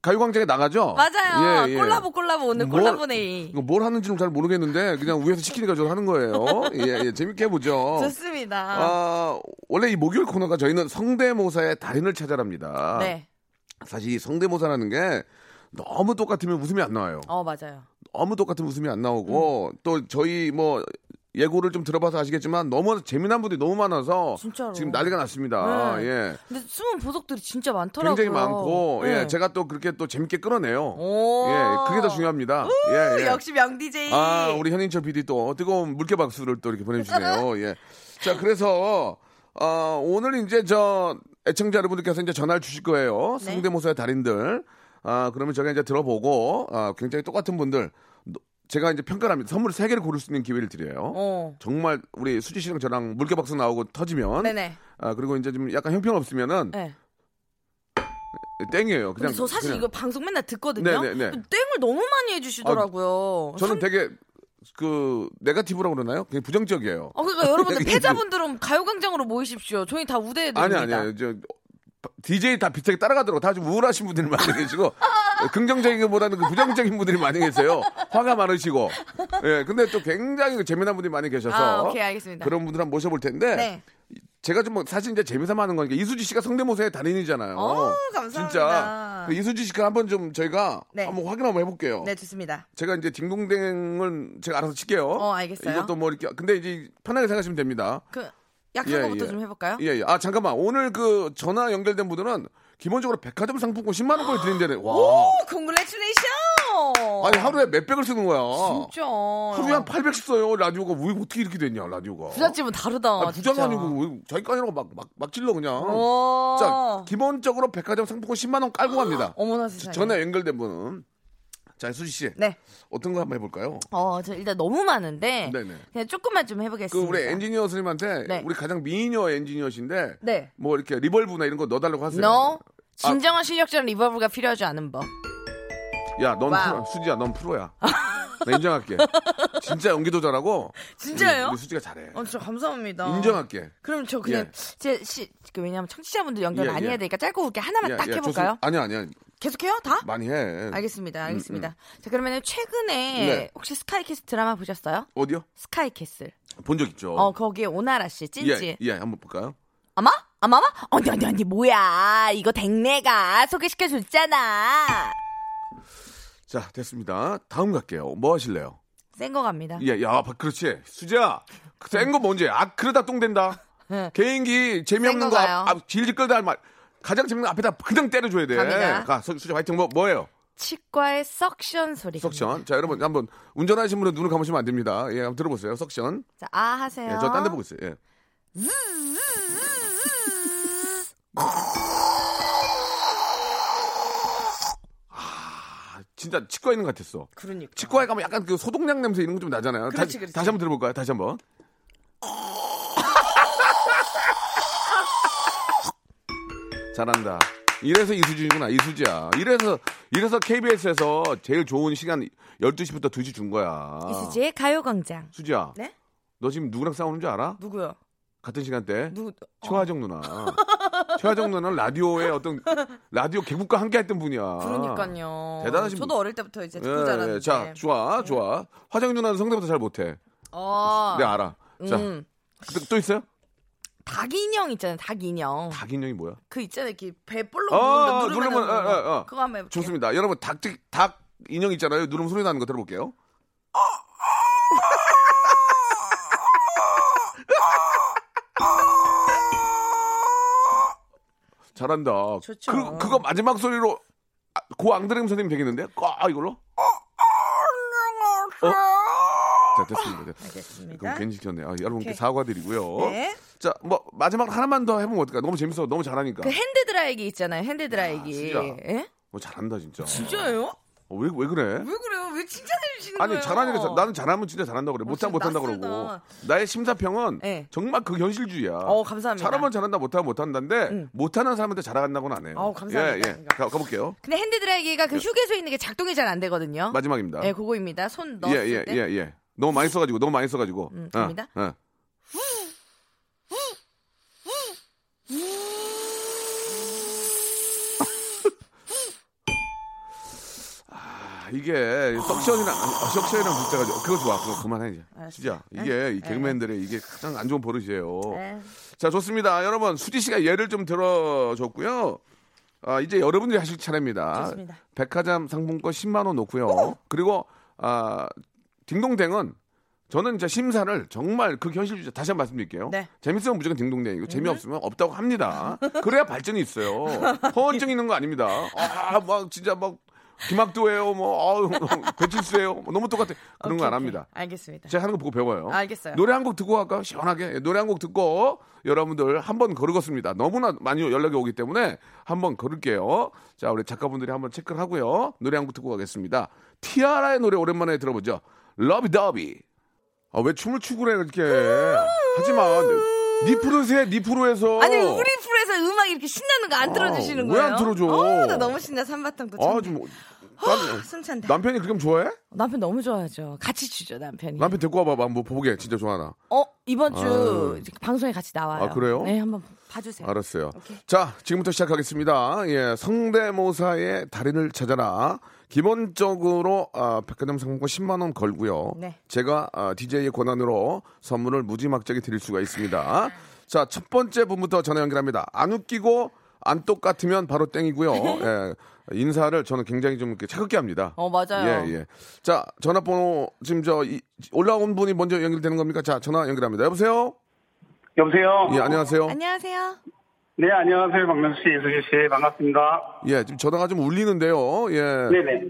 Speaker 3: 가요광장에 나가죠.
Speaker 10: 맞아요.
Speaker 3: 예, 예.
Speaker 10: 콜라보 콜라보 오늘
Speaker 3: 뭘-
Speaker 10: 콜라보 네이.
Speaker 3: 이거 뭘 하는지는 잘 모르겠는데 그냥 위에서 시키니까 저도 하는 거예요. 예, 예, 재밌게 해보죠.
Speaker 10: 좋습니다.
Speaker 3: 아, 원래 이 목요일 코너가 저희는 성대모사의 달인을 찾아랍니다.
Speaker 10: 네.
Speaker 3: 사실 이 성대모사라는 게 너무 똑같으면 웃음이 안 나와요.
Speaker 10: 어 맞아요.
Speaker 3: 너무 똑같은 웃음이 안 나오고 또 저희 뭐 예고를 좀 들어봐서 아시겠지만 너무 재미난 분들이 너무 많아서
Speaker 10: 진짜로.
Speaker 3: 지금 난리가 났습니다.
Speaker 10: 네.
Speaker 3: 예.
Speaker 10: 근데 숨은 보석들이 진짜 많더라고요.
Speaker 3: 굉장히 많고 예
Speaker 10: 네.
Speaker 3: 제가 또 그렇게 또 재밌게 끌어내요.
Speaker 10: 오.
Speaker 3: 예, 그게 더 중요합니다. 예, 예.
Speaker 10: 역시 명 DJ.
Speaker 3: 아, 우리 현인철 PD 또 뜨거운 물개 박수를 또 이렇게 보내주시네요. 예. 자, 그래서, 어, 오늘 이제 저 애청자 여러분들께서 이제 전화를 주실 거예요.
Speaker 10: 네.
Speaker 3: 성대모사의 달인들. 아, 그러면 제가 이제 들어보고, 아, 굉장히 똑같은 분들. 노- 제가 이제 평가를 합니다. 선물 세개를 고를 수 있는 기회를 드려요.
Speaker 10: 어.
Speaker 3: 정말 우리 수지 씨랑 저랑 물개 박수 나오고 터지면.
Speaker 10: 네네. 예.
Speaker 3: 아, 그리고 이제 좀 약간 형편없으면은
Speaker 10: 네.
Speaker 3: 땡이에요. 그냥.
Speaker 10: 근데 저 사실
Speaker 3: 그냥.
Speaker 10: 이거 방송 맨날 듣거든요.
Speaker 3: 네네네. 아,
Speaker 10: 땡을 너무 많이 해주시더라고요.
Speaker 3: 저는 되게 그 네가티브라고 그러나요? 그냥 부정적이에요.
Speaker 10: 어, 그러니까 여러분들
Speaker 3: 되게
Speaker 10: 패자분들은 가요광장으로 모이십시오. 저희 다 우대해
Speaker 3: 아니
Speaker 10: 드립니다.
Speaker 3: 아니 아니 저 DJ 다 비슷하게 따라가더라고 다 좀 우울하신 분들이 많이 계시고 긍정적인 것보다는 그 부정적인 분들이 많이 계세요 화가 많으시고 예 근데 또 굉장히 그 재미난 분들이 많이 계셔서
Speaker 10: 아, 오케이, 알겠습니다.
Speaker 3: 그런 분들 한번 모셔볼 텐데
Speaker 10: 네.
Speaker 3: 제가 좀 뭐 사실 이제 재미삼아 하는 거니까 이수지 씨가 성대모사의 달인이잖아요
Speaker 10: 어, 감사합니다.
Speaker 3: 진짜 그 이수지 씨가 한번 좀 저희가
Speaker 10: 네.
Speaker 3: 한번 확인 한번 해볼게요
Speaker 10: 네, 좋습니다.
Speaker 3: 제가 이제 딩동댕을 제가 알아서 칠게요
Speaker 10: 어, 알겠어요.
Speaker 3: 이것도 뭐 이렇게 근데 이제 편하게 생각하시면 됩니다
Speaker 10: 그 약한
Speaker 3: 예,
Speaker 10: 거부터
Speaker 3: 예.
Speaker 10: 좀 해볼까요?
Speaker 3: 예, 예. 아, 잠깐만. 오늘 그 전화 연결된 분들은 기본적으로 백화점 상품권 10만원권을 드린다네. 와.
Speaker 10: 오, 콩글레츄레이션!
Speaker 3: 아니, 하루에 몇백을 쓰는 거야.
Speaker 10: 진짜.
Speaker 3: 하루에 한 800 써요, 라디오가. 왜 어떻게 이렇게 됐냐, 라디오가.
Speaker 10: 부잣집은 다르다.
Speaker 3: 아, 부자가
Speaker 10: 진짜. 어.
Speaker 3: 아니고, 왜 자기가 아니라고 막, 막, 막 질러, 그냥.
Speaker 10: 오.
Speaker 3: 자, 기본적으로 백화점 상품권 10만원 깔고 갑니다.
Speaker 10: 어머나 네. 세상에.
Speaker 3: 전화 연결된 분은. 자, 수지씨.
Speaker 10: 네.
Speaker 3: 어떤 거 한번 해볼까요?
Speaker 10: 어, 저 일단 너무 많은데.
Speaker 3: 네네.
Speaker 10: 그냥 조금만 좀
Speaker 3: 그,
Speaker 10: 해보겠습니다.
Speaker 3: 우리 엔지니어 선생님한테
Speaker 10: 네.
Speaker 3: 우리 가장 미녀 엔지니어신데.
Speaker 10: 네.
Speaker 3: 뭐 이렇게 리벌브나 이런 거 넣어달라고 하세요. 아.
Speaker 10: No. 진정한 실력자는 리버브가 필요하지 않은 법.
Speaker 3: 야, 넌
Speaker 10: 와우.
Speaker 3: 프로, 수지야, 넌 프로야. 나 인정할게. 진짜 연기도 잘하고.
Speaker 10: 진짜예요?
Speaker 3: 우리, 우리 수지가 잘해.
Speaker 10: 어, 진짜 감사합니다.
Speaker 3: 인정할게.
Speaker 10: 그럼 저 그냥
Speaker 3: 예.
Speaker 10: 제 시, 그 왜냐면 청취자분들 연결
Speaker 3: 예,
Speaker 10: 많이
Speaker 3: 예.
Speaker 10: 해야 되니까 짧고 굵게 하나만 딱 해볼까요?
Speaker 3: 아니 아니 아니.
Speaker 10: 계속해요? 다?
Speaker 3: 많이 해.
Speaker 10: 알겠습니다. 알겠습니다. 자, 그러면 최근에
Speaker 3: 음. 네.
Speaker 10: 혹시 스카이캐슬 드라마 보셨어요?
Speaker 3: 어디요?
Speaker 10: 스카이캐슬.
Speaker 3: 본 적 있죠.
Speaker 10: 어, 거기에 오나라 씨, 찐찌.
Speaker 3: 예, 예, 한번 볼까요?
Speaker 10: 아마? 아마? 아마? 언니, 언니, 언니, 뭐야. 이거 댕내가 소개시켜줬잖아.
Speaker 3: 자, 됐습니다. 다음 갈게요. 뭐 하실래요?
Speaker 10: 센 거 갑니다.
Speaker 3: 예, 야, 바- 그렇지. 수지야, 센거 뭔지. 아, 그러다 똥 된다.
Speaker 10: 예.
Speaker 3: 개인기 재미없는
Speaker 10: 센
Speaker 3: 거
Speaker 10: 거
Speaker 3: 앞,
Speaker 10: 가요.
Speaker 3: 앞, 질질 끌다 할 말. 가장 재밌는 거 앞에다 그냥 때려줘야 돼.
Speaker 10: 갑니다.
Speaker 3: 가, 수- 수지 화이팅. 뭐, 뭐예요?
Speaker 10: 치과의 석션 소리.
Speaker 3: 석션.
Speaker 10: 갑니다.
Speaker 3: 자, 여러분 한번 운전하시는 분은 눈을 감으시면 안 됩니다. 예, 한번 들어보세요. 석션.
Speaker 10: 자, 아 하세요.
Speaker 3: 예, 저 딴 데 보고 있어요. 예. 아, 진짜 치과에 있는 것 같았어.
Speaker 10: 그러니까.
Speaker 3: 치과에 가면 약간 그 소독약 냄새 이런 거 좀 나잖아요.
Speaker 10: 그렇지,
Speaker 3: 다,
Speaker 10: 그렇지.
Speaker 3: 다시 한번 들어볼까요? 다시 한번. 잘한다. 이래서 이수지구나, 이수지야. 이래서, 이래서 KBS에서 제일 좋은 시간 12시부터 2시 준 거야.
Speaker 10: 이수지의 가요광장.
Speaker 3: 수지야.
Speaker 10: 네?
Speaker 3: 너 지금 누구랑 싸우는 줄 알아?
Speaker 10: 누구요?
Speaker 3: 같은 시간대.
Speaker 10: 누구? 어.
Speaker 3: 최화정 누나. 최화정 누나는 라디오에 어떤 라디오 개국과 함께 했던 분이야.
Speaker 10: 그러니까요.
Speaker 3: 아, 대단하신
Speaker 10: 저도
Speaker 3: 분.
Speaker 10: 어릴 때부터 이제 듣고
Speaker 3: 예,
Speaker 10: 자랐는데. 네.
Speaker 3: 예, 자, 좋아, 좋아. 화정 누나는 성대부터 잘 못해.
Speaker 10: 어.
Speaker 3: 내가 네, 알아. 자,
Speaker 10: 음.
Speaker 3: 또, 또 있어요?
Speaker 10: 닭 인형 있잖아요. 닭 인형.
Speaker 3: 닭 인형이 뭐야?
Speaker 10: 그 있잖아요. 이렇게 배 볼록
Speaker 3: 어,
Speaker 10: 누르면
Speaker 3: 누르면,
Speaker 10: 되는 거.
Speaker 3: 어, 어, 어.
Speaker 10: 그거 한번 해볼게요.
Speaker 3: 좋습니다. 여러분, 닭, 닭 인형 있잖아요. 누르면 소리 나는 거 들어볼게요. 잘한다.
Speaker 10: 좋죠.
Speaker 3: 그, 그거 마지막 소리로 아, 고 앙드림 선생님 되겠는데? 아, 이걸로? 어? 자, 됐습니다. 그럼
Speaker 10: 알겠습니다.
Speaker 3: 괜히 어? 시켰네요. 아, 여러분께
Speaker 10: 오케이.
Speaker 3: 사과드리고요.
Speaker 10: 네.
Speaker 3: 자, 뭐, 마지막 하나만 더 해보면 어떨까? 너무 재밌어. 너무 잘하니까.
Speaker 10: 그 핸드 드라이기 있잖아요. 핸드 드라이기.
Speaker 3: 진짜.
Speaker 10: 예?
Speaker 3: 어, 잘한다, 진짜.
Speaker 10: 진짜예요?
Speaker 3: 어, 왜, 왜 그래?
Speaker 10: 왜 그래요? 왜
Speaker 11: 왜 칭찬해주시는 거예요?
Speaker 3: 아니 잘하니까 잘- 나는 잘하면 진짜 잘한다 그래 못하면 못한다 그러고
Speaker 11: 낯설다. 예.
Speaker 3: 나의 심사평은 정말 그 현실주의야.
Speaker 11: 어, 감사합니다. 음.
Speaker 3: 잘하면 잘한다 못하면 못한다인데 못하는 사람한테 잘한다고는 안 해요.
Speaker 11: 어우, 감사합니다.
Speaker 3: 예, 예. 가, 가볼게요.
Speaker 11: 근데 핸드 드라이기가
Speaker 3: 예.
Speaker 11: 그 휴게소에 있는 게 작동이 잘 안 되거든요.
Speaker 3: 마지막입니다.
Speaker 11: 네, 그거입니다. 손
Speaker 3: 어. 예,
Speaker 11: 넣었을
Speaker 3: 예,
Speaker 11: 때.
Speaker 3: 예, 예. 너무 많이 써가지고 너무 많이 써가지고.
Speaker 1: 음,
Speaker 3: 어,
Speaker 11: 갑니다.
Speaker 3: 어. 아, 이게 석션이랑 아, 석션이랑 붙여가지고 그거 좋아 그거 그만해 이제
Speaker 1: 알았어.
Speaker 3: 진짜
Speaker 1: 네.
Speaker 3: 이게 이 개그맨들의 이게 가장 안 좋은 버릇이에요.
Speaker 1: 네.
Speaker 3: 자 좋습니다 여러분 수지 씨가 예를 좀 들어줬고요. 아, 이제 여러분들이 하실 차례입니다.
Speaker 1: 좋습니다.
Speaker 3: 백화점 상품권 10만 원 놓고요. 그리고 아 딩동댕은 저는 진짜 심사를 정말 그 현실주의 다시 한 번 말씀드릴게요.
Speaker 1: 네.
Speaker 3: 재밌으면 무조건 딩동댕이고
Speaker 1: 음.
Speaker 3: 재미없으면 없다고 합니다. 그래야 발전이 있어요. 허언증 있는 거 아닙니다. 아 막 진짜 막 김학도예요, 뭐 아우 배칠수예요, 뭐 너무 똑같아 그런 거 안 합니다.
Speaker 11: 알겠습니다.
Speaker 3: 제가 하는 거 보고 배워요.
Speaker 11: 알겠어요.
Speaker 3: 노래 한 곡 듣고 갈까요? 시원하게. 예, 노래 한 곡 듣고 여러분들 한 번 걸으겠습니다. 너무나 많이 연락이 오기 때문에 한 번 걸을게요. 자, 우리 작가분들이 한번 체크를 하고요. 노래 한 곡 듣고 가겠습니다. 티아라의 노래 오랜만에 들어보죠. 러비더비. 아, 왜 춤을 추고 그래, 이렇게. 하지 마. 니프로에서 해, 니프로에서.
Speaker 11: 아니 우리 프로에서 음악 이렇게 신나는 거 안
Speaker 3: 아,
Speaker 11: 들어주시는
Speaker 3: 어. 왜
Speaker 11: 거예요?
Speaker 3: 안 들어줘?
Speaker 11: 어우, 나 너무 신나 삼바탕도.
Speaker 3: 아,
Speaker 11: 참-
Speaker 3: 좀.
Speaker 11: 허, 숨 찬다. 어,
Speaker 3: 남편이 그렇게 좋아해?
Speaker 11: 남편 너무 좋아하죠. 같이 추죠 남편이.
Speaker 3: 남편 데리고 와봐. 한번 보게. 진짜 좋아하나.
Speaker 11: 어 이번 주
Speaker 3: 아유.
Speaker 11: 방송에 같이 나와요.
Speaker 3: 아, 그래요?
Speaker 11: 네 한번 봐주세요.
Speaker 3: 알았어요. 자, 지금부터 시작하겠습니다. 예, 성대모사의 달인을 찾아라. 기본적으로 아, 백화점 상품권 10만 원 걸고요.
Speaker 1: 네.
Speaker 3: 제가 아, DJ의 권한으로 선물을 무지막지하게 드릴 수가 있습니다. 자, 첫 번째 분부터 전화 연결합니다. 안 웃기고 안 똑같으면 바로 땡이고요. 예, 인사를 저는 굉장히 좀 이렇게 차갑게 합니다.
Speaker 11: 어, 맞아요.
Speaker 3: 예, 예. 자, 전화번호 지금 저 이- 올라온 분이 먼저 연결되는 겁니까? 자, 전화 연결합니다. 여보세요.
Speaker 12: 여보세요.
Speaker 3: 예, 안녕하세요.
Speaker 11: 안녕하세요.
Speaker 12: 네, 안녕하세요. 박명수 씨, 이수진 씨. 반갑습니다.
Speaker 3: 예, 지금 전화가 좀 울리는데요. 예.
Speaker 12: 네네.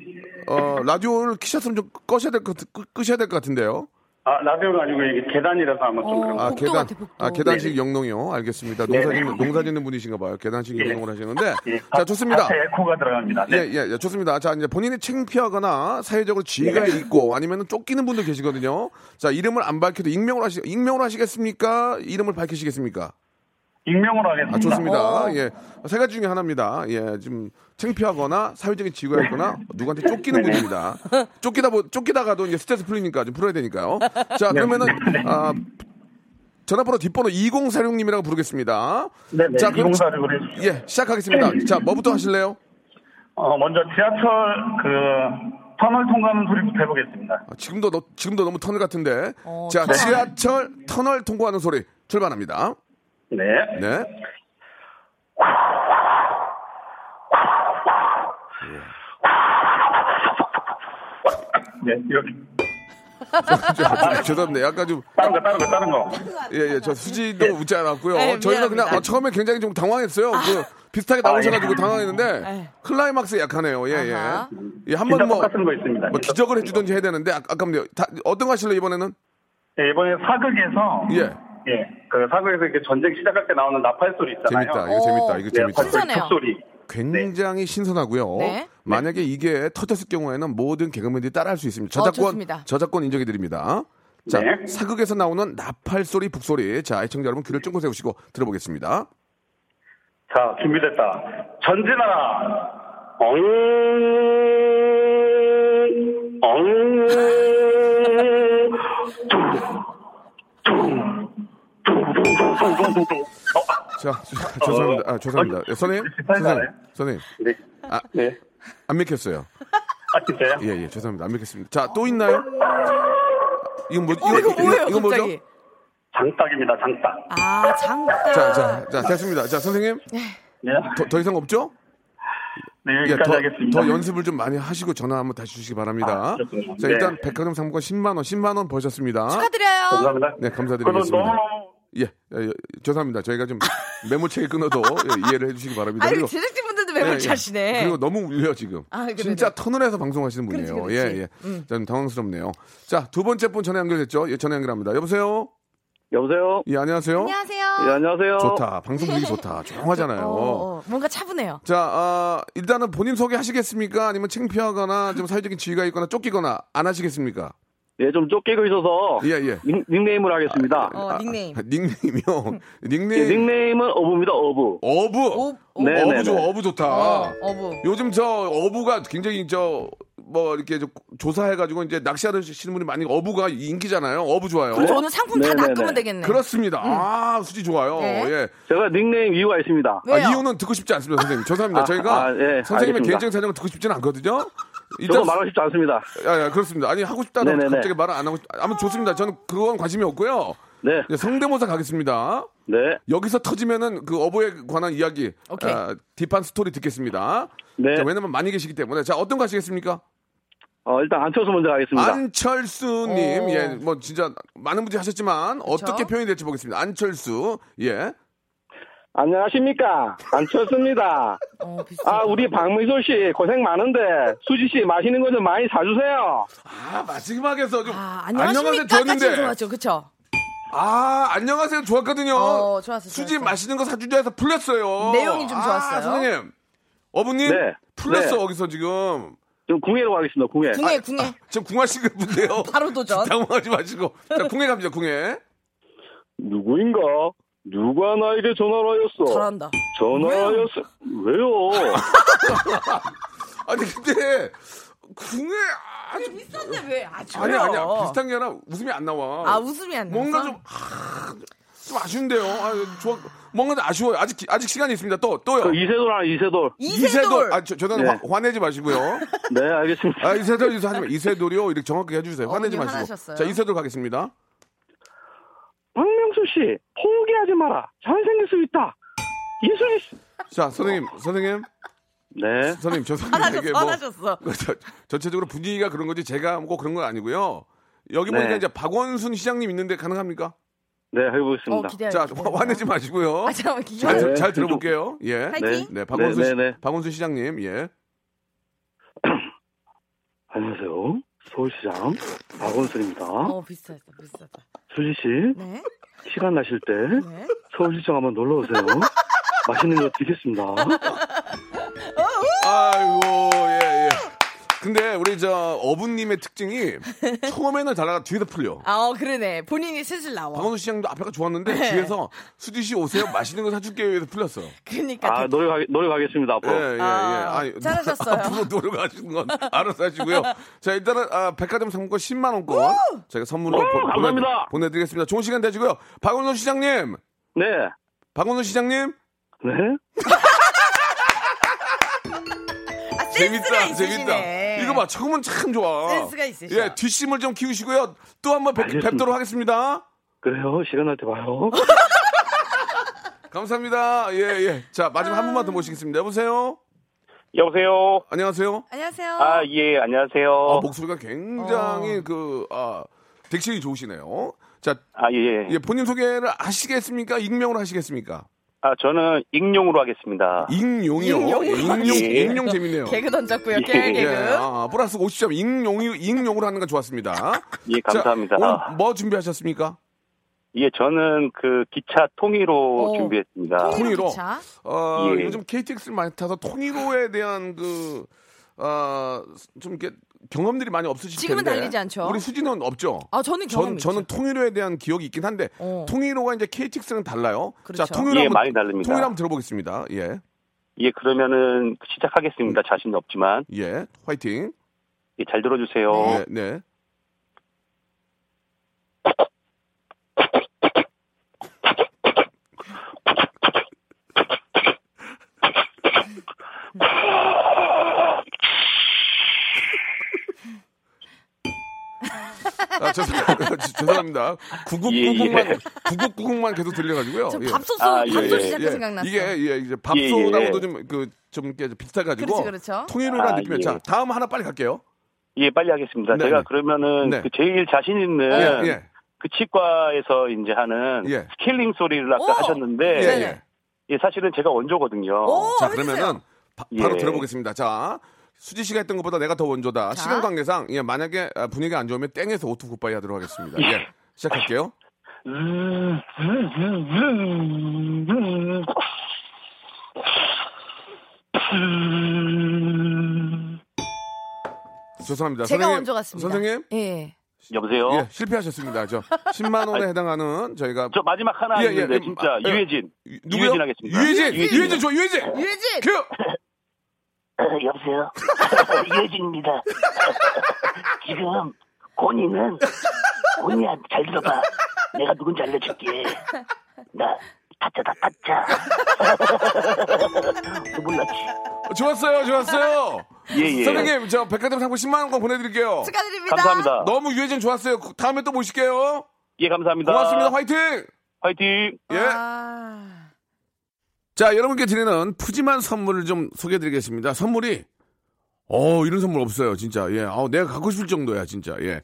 Speaker 3: 어, 라디오를 키셨으면 좀 꺼셔야 될 것, 끄, 끄셔야 될 것 같은데요.
Speaker 12: 아, 라디오가 아니고 이게 계단이라서 아마 좀
Speaker 10: 어,
Speaker 12: 그런
Speaker 3: 아,
Speaker 12: 것
Speaker 3: 계단, 아, 계단식 영농이요. 알겠습니다. 농사
Speaker 12: 네네.
Speaker 3: 짓는, 농사 짓는 분이신가 봐요. 계단식
Speaker 12: 예.
Speaker 3: 영농을 하시는데.
Speaker 12: 예,
Speaker 3: 자, 좋습니다.
Speaker 12: 앞에 에코가 들어갑니다. 네.
Speaker 3: 예, 예, 예, 좋습니다. 자, 이제 본인이 창피하거나 사회적으로 지위가
Speaker 12: 네.
Speaker 3: 있고 아니면 쫓기는 분들 계시거든요. 자, 이름을 안 밝혀도 익명으로 하시, 익명으로 하시겠습니까? 이름을 밝히시겠습니까?
Speaker 12: 익명으로 하겠습니다.
Speaker 3: 아, 좋습니다.
Speaker 1: 어.
Speaker 3: 예. 세 가지 중에 하나입니다. 예. 지금 창피하거나 사회적인 지위가 있거나
Speaker 1: 네.
Speaker 3: 누구한테 쫓기는 분입니다. 쫓기다 보, 쫓기다가도 이제 스트레스 풀리니까 좀 풀어야 되니까요. 자,
Speaker 1: 네.
Speaker 3: 그러면은 아, 전화번호 뒷번호 2046님이라고 부르겠습니다.
Speaker 12: 네, 네.
Speaker 3: 자, 그럼
Speaker 12: 2046 으로
Speaker 3: 예, 시작하겠습니다. 자, 뭐부터 하실래요?
Speaker 12: 어, 먼저 지하철 그 터널 통과하는 소리부터 해보겠습니다.
Speaker 3: 아, 지금도 너, 지금도 너무 터널 같은데.
Speaker 12: 어,
Speaker 3: 자,
Speaker 12: 터널.
Speaker 3: 지하철 터널 통과하는 소리 출발합니다.
Speaker 12: 네.
Speaker 3: 네.
Speaker 12: 네, 이렇게.
Speaker 3: 아, 죄- 죄송합니다. 약간 좀
Speaker 12: 다른 거, 다른 거, 다른 거.
Speaker 3: 예, 예, 저 수지도 웃지 않았고요.
Speaker 12: 네,
Speaker 3: 저희가
Speaker 12: 미안합니다.
Speaker 3: 그냥 어, 처음에 굉장히 좀 당황했어요. 그 비슷하게 나오셔가지고
Speaker 12: 아, 예.
Speaker 3: 당황했는데
Speaker 12: 네.
Speaker 3: 클라이막스 약하네요. 예, 예.
Speaker 12: 아하.
Speaker 3: 예, 한 번
Speaker 12: 진짜
Speaker 3: 뭐,
Speaker 12: 똑같은 거 있습니다.
Speaker 3: 뭐 기적을 해주든지 해야 되는데 아, 아깝네요. 다, 어떤 거 하실래요 이번에는?
Speaker 12: 네, 이번에 사극에서
Speaker 3: 예.
Speaker 12: 예, 그 사극에서 이렇게 전쟁 시작할 때 나오는 나팔 소리 있잖아요.
Speaker 3: 재밌다. 이거 재밌다. 이거 재밌다.
Speaker 12: 네, 소리.
Speaker 3: 굉장히 신선하고요.
Speaker 12: 네.
Speaker 3: 만약에 이게 터졌을 경우에는 모든 개그맨들이 따라할 수 있습니다.
Speaker 12: 어,
Speaker 3: 저작권
Speaker 12: 좋습니다.
Speaker 3: 저작권 인정해 드립니다. 자,
Speaker 12: 네.
Speaker 3: 사극에서 나오는 나팔 소리, 북소리. 자, 애청자 여러분 귀를 쫑긋 세우시고 들어보겠습니다.
Speaker 12: 자, 준비됐다. 전진하라. 엉, 엉,
Speaker 3: 자, 저- 죄송합니다. 아, 죄송합니다. 예, 선생님, 선생님, 선생님.
Speaker 12: 네.
Speaker 3: 아,
Speaker 12: 네.
Speaker 3: 안 믿겠어요.
Speaker 12: 아, 진짜요?
Speaker 3: 예, 예, 죄송합니다. 안 믿겠습니다. 자, 또 있나요? 이건 뭐,
Speaker 12: 어, 이거 뭐예요,
Speaker 3: 이거 뭐죠?
Speaker 12: 갑자기? 장딱입니다, 장딱.
Speaker 11: 아 장다.
Speaker 3: 자, 자, 자, 됐습니다. 자, 선생님. 더, 더 이상 없죠?
Speaker 12: 네,
Speaker 3: 예,
Speaker 12: 여기까지
Speaker 3: 더,
Speaker 12: 하겠습니다.
Speaker 3: 더 연습을 좀 많이 하시고 전화 한번 다시 주시기 바랍니다.
Speaker 12: 아, 그렇군요.
Speaker 3: 자,
Speaker 12: 네.
Speaker 3: 일단 백화점 상품권 10만 원, 10만 원 버셨습니다.
Speaker 11: 축하드려요.
Speaker 12: 감사합니다.
Speaker 3: 네,
Speaker 12: 그럼
Speaker 3: 감사드리겠습니다.
Speaker 12: 너무-
Speaker 3: 예, 예, 예, 죄송합니다. 저희가 좀 메모책에 끊어도 예, 이해를 해주시기 바랍니다.
Speaker 11: 아유
Speaker 3: 그리고-
Speaker 11: 제작진분들도
Speaker 3: 예,
Speaker 11: 매물
Speaker 3: 예.
Speaker 11: 차시네.
Speaker 3: 그리고 너무 울려 지금.
Speaker 11: 아, 그래요?
Speaker 3: 진짜 터널에서 방송하시는 분이에요.
Speaker 11: 그렇지, 그렇지.
Speaker 3: 예, 예.
Speaker 11: 음.
Speaker 3: 좀 당황스럽네요. 자, 두 번째 분 전화 연결됐죠? 예, 전화 연결합니다. 여보세요?
Speaker 6: 여보세요?
Speaker 3: 예, 안녕하세요.
Speaker 11: 안녕하세요.
Speaker 6: 예, 안녕하세요.
Speaker 3: 좋다. 방송 분위 좋다. 조용하잖아요.
Speaker 11: 어, 어, 뭔가 차분해요.
Speaker 3: 자, 아, 일단은 본인 소개하시겠습니까? 아니면 창피하거나 좀 사회적인 지위가 있거나 쫓기거나 안 하시겠습니까?
Speaker 6: 예, 좀 쫓기고 있어서
Speaker 3: 예, 아, 예.
Speaker 6: 닉, 닉네임을 하겠습니다.
Speaker 11: 어, 닉네임. 음.
Speaker 3: 닉네임이요.
Speaker 6: 예,
Speaker 3: 닉네임.
Speaker 6: 닉네임은 어부입니다, 어부.
Speaker 3: 어부.
Speaker 6: 네, 네,
Speaker 3: 어부
Speaker 6: 네.
Speaker 3: 좋아, 어부 좋다.
Speaker 11: 어부.
Speaker 3: 요즘 저 어부가 굉장히 저 뭐 이렇게 저 조사해가지고 이제 낚시하시는 분이 많이 어부가 인기잖아요. 어부 좋아요.
Speaker 11: 그럼
Speaker 6: 그렇죠.
Speaker 11: 저는 상품 다
Speaker 6: 네네네.
Speaker 11: 낚으면 되겠네. 음.
Speaker 3: 그렇습니다. 아 수지 좋아요.
Speaker 11: 네.
Speaker 3: 예.
Speaker 6: 제가 닉네임 이유가 있습니다.
Speaker 3: 아, 이유는 듣고 싶지 않습니다, 선생님. 죄송합니다.
Speaker 6: 아,
Speaker 3: 저희가
Speaker 6: 아, 예,
Speaker 3: 선생님의
Speaker 6: 알겠습니다.
Speaker 3: 개인적인 사정을 듣고 싶지는 않거든요. 네.
Speaker 6: 저도 말하고 싶지 않습니다.
Speaker 3: 야, 야, 그렇습니다. 아니 하고 싶다.
Speaker 6: 네네네.
Speaker 3: 갑자기 말을 안 하고 싶. 아무 좋습니다. 저는 그건 관심이 없고요.
Speaker 6: 네.
Speaker 3: 이제 성대모사 가겠습니다.
Speaker 6: 네.
Speaker 3: 여기서 터지면은 그 어부에 관한 이야기,
Speaker 11: 오케이.
Speaker 3: 아, 딥한 스토리 듣겠습니다.
Speaker 6: 네.
Speaker 3: 자, 왜냐면 많이 계시기 때문에 자 어떤 거 하시겠습니까?
Speaker 6: 어, 일단 안철수 먼저 가겠습니다.
Speaker 3: 아, 네. 안철수님,
Speaker 6: 오.
Speaker 3: 예, 뭐 진짜 많은 분들이 하셨지만 어떻게 표현이 될지 보겠습니다. 안철수, 예.
Speaker 13: 안녕하십니까 안철수입니다.
Speaker 11: 어,
Speaker 13: 아 우리 박미소 씨 고생 많은데 수지 씨 맛있는 거 좀 많이 사주세요.
Speaker 3: 아 마지막에서 좀
Speaker 11: 안녕하십니까?
Speaker 3: 안녕하세요 좋았는데
Speaker 11: 까지 좋았죠, 그쵸?
Speaker 3: 아 안녕하세요 좋았거든요.
Speaker 11: 어, 좋았어,
Speaker 3: 수지
Speaker 11: 좋았어.
Speaker 3: 맛있는 거 사주자 해서 풀렸어요.
Speaker 11: 내용이 좀 좋았어요.
Speaker 3: 아, 선생님, 어부님
Speaker 6: 네.
Speaker 3: 풀렸어
Speaker 6: 네.
Speaker 3: 거기서 지금.
Speaker 6: 좀 궁예로 가겠습니다. 궁예.
Speaker 3: 아,
Speaker 11: 궁예, 궁예.
Speaker 3: 지금 궁하신 분데요.
Speaker 11: 바로 도전.
Speaker 3: 당황하지 마시고. 자, 궁예 갑니다, 궁예.
Speaker 13: 누구인가? 누가 나에게 전화를 하였어?
Speaker 11: 잘한다.
Speaker 13: 전화하였어? 왜요?
Speaker 3: 아니, 근데, 궁예, 아주.
Speaker 11: 비싼데 왜? 아, 줘요.
Speaker 3: 아니, 아니야. 비슷한 게 아니라 웃음이 안 나와.
Speaker 11: 아, 웃음이 안 나.
Speaker 3: 뭔가 좀, 아, 좀 아쉬운데요. 아, 좋아. 뭔가 좀 아쉬워요. 아직, 기- 아직 시간이 있습니다. 또, 또요.
Speaker 6: 그 이세돌 하나, 이세돌.
Speaker 3: 아, 저, 저는
Speaker 6: 네.
Speaker 3: 화, 화내지 마시고요.
Speaker 6: 네, 알겠습니다.
Speaker 3: 아, 이세돌, 이세돌 하지 마. 이세돌이요. 이렇게 정확하게 해주세요. 화내지
Speaker 6: 어머님
Speaker 3: 마시고.
Speaker 6: 화나셨어요?
Speaker 3: 자, 이세돌 가겠습니다.
Speaker 13: 박명수 씨 포기하지 마라. 잘생길 수 있다. 이수지 씨.
Speaker 3: 자, 선생님, 선생님.
Speaker 6: 네.
Speaker 3: 선생님, 죄송합니다.
Speaker 11: 화나셨어,
Speaker 3: 이게 뭐-
Speaker 11: 화나셨어.
Speaker 3: 저- 전체적으로 분위기가 그런 거지 제가 뭐 그런 건 아니고요. 여기
Speaker 6: 네.
Speaker 3: 보니까 이제 박원순 시장님 있는데 가능합니까?
Speaker 6: 네, 해보겠습니다.
Speaker 11: 어, 기대해요,
Speaker 3: 자
Speaker 11: 기대해요.
Speaker 3: 화- 화내지 마시고요.
Speaker 11: 아, 잠깐만, 기다려.
Speaker 3: 잘,
Speaker 6: 네.
Speaker 3: 잘 들어볼게요. 예.
Speaker 11: 파이팅.
Speaker 3: 네, 박원순
Speaker 6: 네,
Speaker 3: 시-
Speaker 6: 네, 네.
Speaker 3: 박원순 시장님. 예.
Speaker 13: 안녕하세요 서울시장 박원순입니다.
Speaker 11: 어, 비슷하다, 비슷하다.
Speaker 13: 수지 씨
Speaker 11: 네?
Speaker 13: 시간 나실 때
Speaker 11: 네?
Speaker 13: 서울시장 한번 놀러 오세요. 맛있는 거 드리겠습니다.
Speaker 3: 아이고 예 예. 근데 우리 저 어부님의 특징이 처음에는 잘나가 뒤에서 풀려.
Speaker 11: 아, 어, 그러네. 본인이 슬슬 나와.
Speaker 3: 박원순 시장도 앞에가 좋았는데
Speaker 11: 어. 네.
Speaker 3: 뒤에서 수지 씨 오세요 맛있는 거 사줄게요 해서 풀렸어.
Speaker 11: 그러니까.
Speaker 6: 아, 노력, 하, 노력 하겠습니다, 앞으로.
Speaker 3: 예, 예, 예.
Speaker 11: 아,
Speaker 3: 아니,
Speaker 11: 잘하셨어요.
Speaker 3: 앞으로 노력하시는 건 알아서 하시고요. 자, 일단은 아, 백화점 상품권 10만 원권 저희가 선물로
Speaker 6: 오,
Speaker 3: 보,
Speaker 6: 감사합니다.
Speaker 3: 보내, 드리겠습니다 좋은 시간 되시고요. 박원순 시장님.
Speaker 6: 네.
Speaker 3: 박원순 시장님.
Speaker 13: 네.
Speaker 11: 아, 센스가
Speaker 3: 재밌다,
Speaker 11: 있으시네.
Speaker 3: 재밌다. 이거 봐, 처음은 참 좋아.
Speaker 11: 센스가 있으셔.
Speaker 3: 예, 뒷심을 좀 키우시고요. 또 한번 뵙,
Speaker 13: 알겠습니다.
Speaker 3: 뵙도록 하겠습니다.
Speaker 13: 그래요. 시간 날 때 봐요.
Speaker 3: 감사합니다. 예, 예. 자, 마지막 한 분만 더 모시겠습니다. 여보세요?
Speaker 14: 여보세요?
Speaker 3: 안녕하세요?
Speaker 11: 안녕하세요.
Speaker 14: 아, 예, 안녕하세요.
Speaker 11: 어.
Speaker 3: 아, 목소리가 굉장히 그, 아, 딕션이 좋으시네요. 자,
Speaker 14: 아, 예.
Speaker 11: 음.
Speaker 3: 예, 본인 소개를 하시겠습니까? 익명으로 하시겠습니까?
Speaker 14: 아, 저는 익룡으로 하겠습니다.
Speaker 3: 익룡이요?
Speaker 14: 익룡.
Speaker 3: 익룡,
Speaker 14: 예.
Speaker 3: 익룡 재밌네요.
Speaker 11: 개그 던졌고요.
Speaker 14: 예.
Speaker 11: 깨알 개그.
Speaker 3: 예, 아, 플러스 50점. 익룡이, 익룡으로 하는 건 좋았습니다.
Speaker 14: 예, 감사합니다.
Speaker 3: 자, 오늘 뭐 준비하셨습니까?
Speaker 14: 예, 저는 그 기차 통일호
Speaker 3: 오,
Speaker 14: 준비했습니다.
Speaker 3: 어. 통일호.
Speaker 11: 기차?
Speaker 3: 어,
Speaker 14: 예.
Speaker 3: 요즘 KTX를 많이 타서 통일호에 대한 그, 어, 좀 이렇게 경험들이 많이 없으실
Speaker 11: 지금은
Speaker 3: 텐데.
Speaker 11: 달리지 않죠?
Speaker 3: 우리 수진은 없죠?
Speaker 11: 아, 저는 경험이
Speaker 3: 전, 저는 통일호에 대한 기억이 있긴 한데,
Speaker 11: 어.
Speaker 3: 통일호가 이제 KTX랑 달라요.
Speaker 11: 그렇죠.
Speaker 3: 자, 통일호
Speaker 14: 예,
Speaker 3: 한번,
Speaker 14: 많이 다릅니다.
Speaker 3: 통일호 한번 들어보겠습니다. 예.
Speaker 14: 예, 그러면은 시작하겠습니다.
Speaker 3: 음.
Speaker 14: 자신이 없지만.
Speaker 3: 예, 화이팅.
Speaker 14: 예, 잘 들어주세요.
Speaker 3: 네. 네. 아, 죄송합니다. 죄송합니다. 구국구국만
Speaker 14: 예, 예.
Speaker 3: 구국구국만 계속 들려가지고요.
Speaker 11: 저
Speaker 3: 예.
Speaker 11: 밥솥
Speaker 14: 아, 예,
Speaker 11: 밥솥
Speaker 14: 예.
Speaker 11: 시작도 생각났어요.
Speaker 3: 이게 예, 이제
Speaker 14: 예,
Speaker 3: 밥솥하고도
Speaker 14: 예.
Speaker 3: 좀 그 좀 이렇게
Speaker 11: 그렇죠,
Speaker 3: 비슷해가지고
Speaker 11: 그렇죠.
Speaker 14: 아,
Speaker 3: 통일로라 느낌이
Speaker 14: 예.
Speaker 3: 자 다음 하나 빨리 갈게요.
Speaker 14: 예, 빨리 하겠습니다.
Speaker 3: 네,
Speaker 14: 제가
Speaker 3: 네.
Speaker 14: 그러면은
Speaker 3: 네.
Speaker 14: 그 제일 자신 있는
Speaker 3: 예, 예.
Speaker 14: 그 치과에서 이제 하는
Speaker 3: 예.
Speaker 14: 스케일링 소리를 아까
Speaker 11: 오!
Speaker 14: 하셨는데
Speaker 3: 예,
Speaker 11: 네,
Speaker 3: 예.
Speaker 14: 예, 사실은 제가 원조거든요.
Speaker 11: 어,
Speaker 3: 자 그러면은 바,
Speaker 14: 예.
Speaker 3: 로 들어보겠습니다. 자 수지 씨가 했던 것보다 내가 더 원조다. 예, 시간 관계상 예 만약에 아, 분위기 안 좋으면 땡에서 오토 굿바이 하도록 하겠습니다. 예 시작할게요. 죄송합니다.
Speaker 11: 제가
Speaker 3: 선생님,
Speaker 11: 먼저 갔습니다.
Speaker 3: 선생님?
Speaker 11: 예.
Speaker 14: 여보세요?
Speaker 3: 예, 실패하셨습니다. 저 10만 원에 해당하는 저희가 저
Speaker 14: 마지막 하나
Speaker 3: 예,
Speaker 14: 있는데 진짜 유해진.
Speaker 3: 누구요?
Speaker 14: 유해진 하겠습니다.
Speaker 3: 유해진,
Speaker 14: 유해진.
Speaker 3: 유해진, 저 유해진.
Speaker 11: 유해진.
Speaker 3: 큐.
Speaker 15: 여보세요? 유해진입니다. 지금 고니는 고니야 잘 들어봐. 내가 누군지 알려줄게. 나 가짜다 가짜. 너 몰랐지?
Speaker 3: 좋았어요, 좋았어요.
Speaker 14: 예, 예.
Speaker 3: 선생님, 저 백화점 상품 10만 원권 보내드릴게요.
Speaker 11: 축하드립니다.
Speaker 14: 감사합니다.
Speaker 3: 너무 유해진 좋았어요. 다음에 또 모실게요.
Speaker 14: 예, 감사합니다.
Speaker 3: 고맙습니다. 화이팅!
Speaker 14: 화이팅!
Speaker 3: 예.
Speaker 11: 아.
Speaker 3: 자, 여러분께 드리는 푸짐한 선물을 좀 소개해드리겠습니다. 선물이, 어, 이런 선물 없어요, 진짜. 예. 아 내가 갖고 싶을 정도야, 진짜. 예.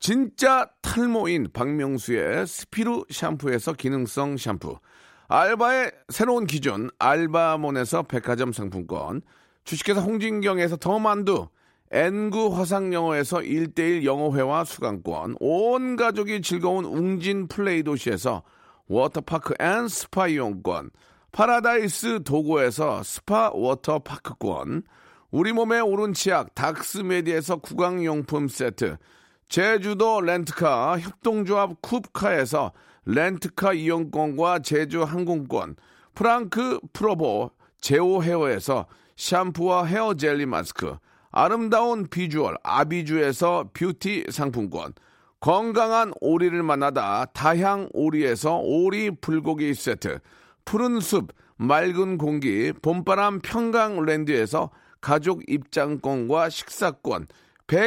Speaker 3: 진짜 탈모인 박명수의 스피루 샴푸에서 기능성 샴푸. 알바의 새로운 기준, 알바몬에서 백화점 상품권. 주식회사 홍진경에서 더 만두. N구 화상영어에서 1대1 영어회화 수강권. 온 가족이 즐거운 웅진 플레이 도시에서 워터파크 앤 스파 이용권, 파라다이스 도고에서 스파 워터파크권, 우리 몸의 오른 치약 닥스메디에서 구강용품 세트, 제주도 렌트카 협동조합 쿱카에서 렌트카 이용권과 제주 항공권, 프랑크 프로보 제오 헤어에서 샴푸와 헤어 젤리 마스크, 아름다운 비주얼 아비주에서 뷰티 상품권, 건강한 오리를 만나다 다향 오리에서 오리 불고기 세트 푸른 숲 맑은 공기 봄바람 평강랜드에서 가족 입장권과 식사권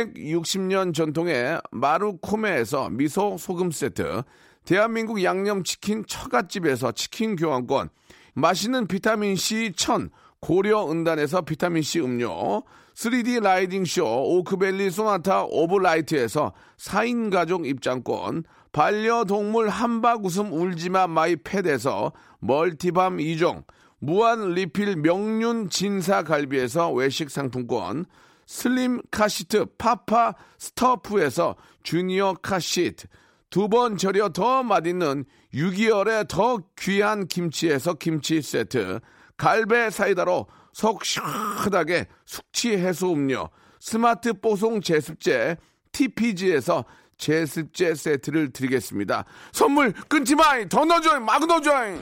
Speaker 3: 160년 전통의 마루코메에서 미소 소금 세트 대한민국 양념치킨 처갓집에서 치킨 교환권 맛있는 비타민C 천 고려은단에서 비타민C 음료 3D 라이딩쇼 오크밸리 소나타 오브라이트에서 4인 가족 입장권 반려동물 한박 웃음 울지마 마이 팻에서 멀티밤 2종 무한 리필 명륜 진사 갈비에서 외식 상품권 슬림 카시트 파파 스터프에서 주니어 카시트 두 번 절여 더 맛있는 6개월의 더 귀한 김치에서 김치 세트 갈배 사이다로 속 시원하게 숙취 해소 음료 스마트 뽀송 제습제 TPG에서 제습제 세트를 드리겠습니다. 선물 끊지 마이 더 넣어줘잉 막 넣어줘잉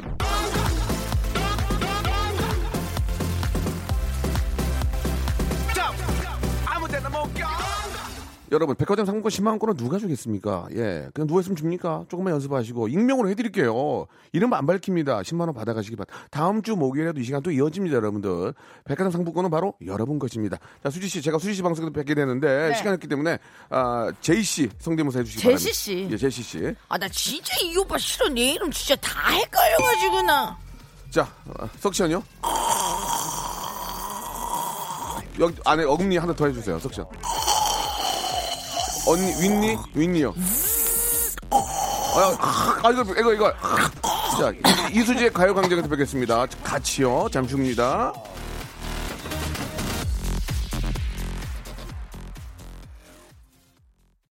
Speaker 3: 여러분 백화점 상품권 10만 원권은 누가 주겠습니까? 예, 그냥 누가 있으면 줍니까? 조금만 연습하시고 익명으로 해드릴게요. 이름 안 밝힙니다. 10만 원 받아가시기 바랍니다. 다음 주 목요일에도 이 시간 또 이어집니다, 여러분들. 백화점 상품권은 바로 여러분 것입니다. 자, 수지 씨, 제가 수지 씨 방송에도 뵙게 되는데
Speaker 11: 네.
Speaker 3: 시간 없기 때문에 아, 제이 씨 성대모사 해주시기 바랍니다.
Speaker 11: 제시 씨.
Speaker 3: 예, 제시 씨.
Speaker 10: 아, 나 진짜 이 오빠 싫어. 내 이름 진짜 다 헷갈려가지고 나.
Speaker 3: 자, 어, 석션이요. 여기 안에 어금니 하나 더 해주세요, 석션. 언니, 윗니? 윗니요. 아, 아, 이거, 이거, 이거. 자, 이수지의 가요광장에서 뵙겠습니다. 같이요. 잠시입니다. 후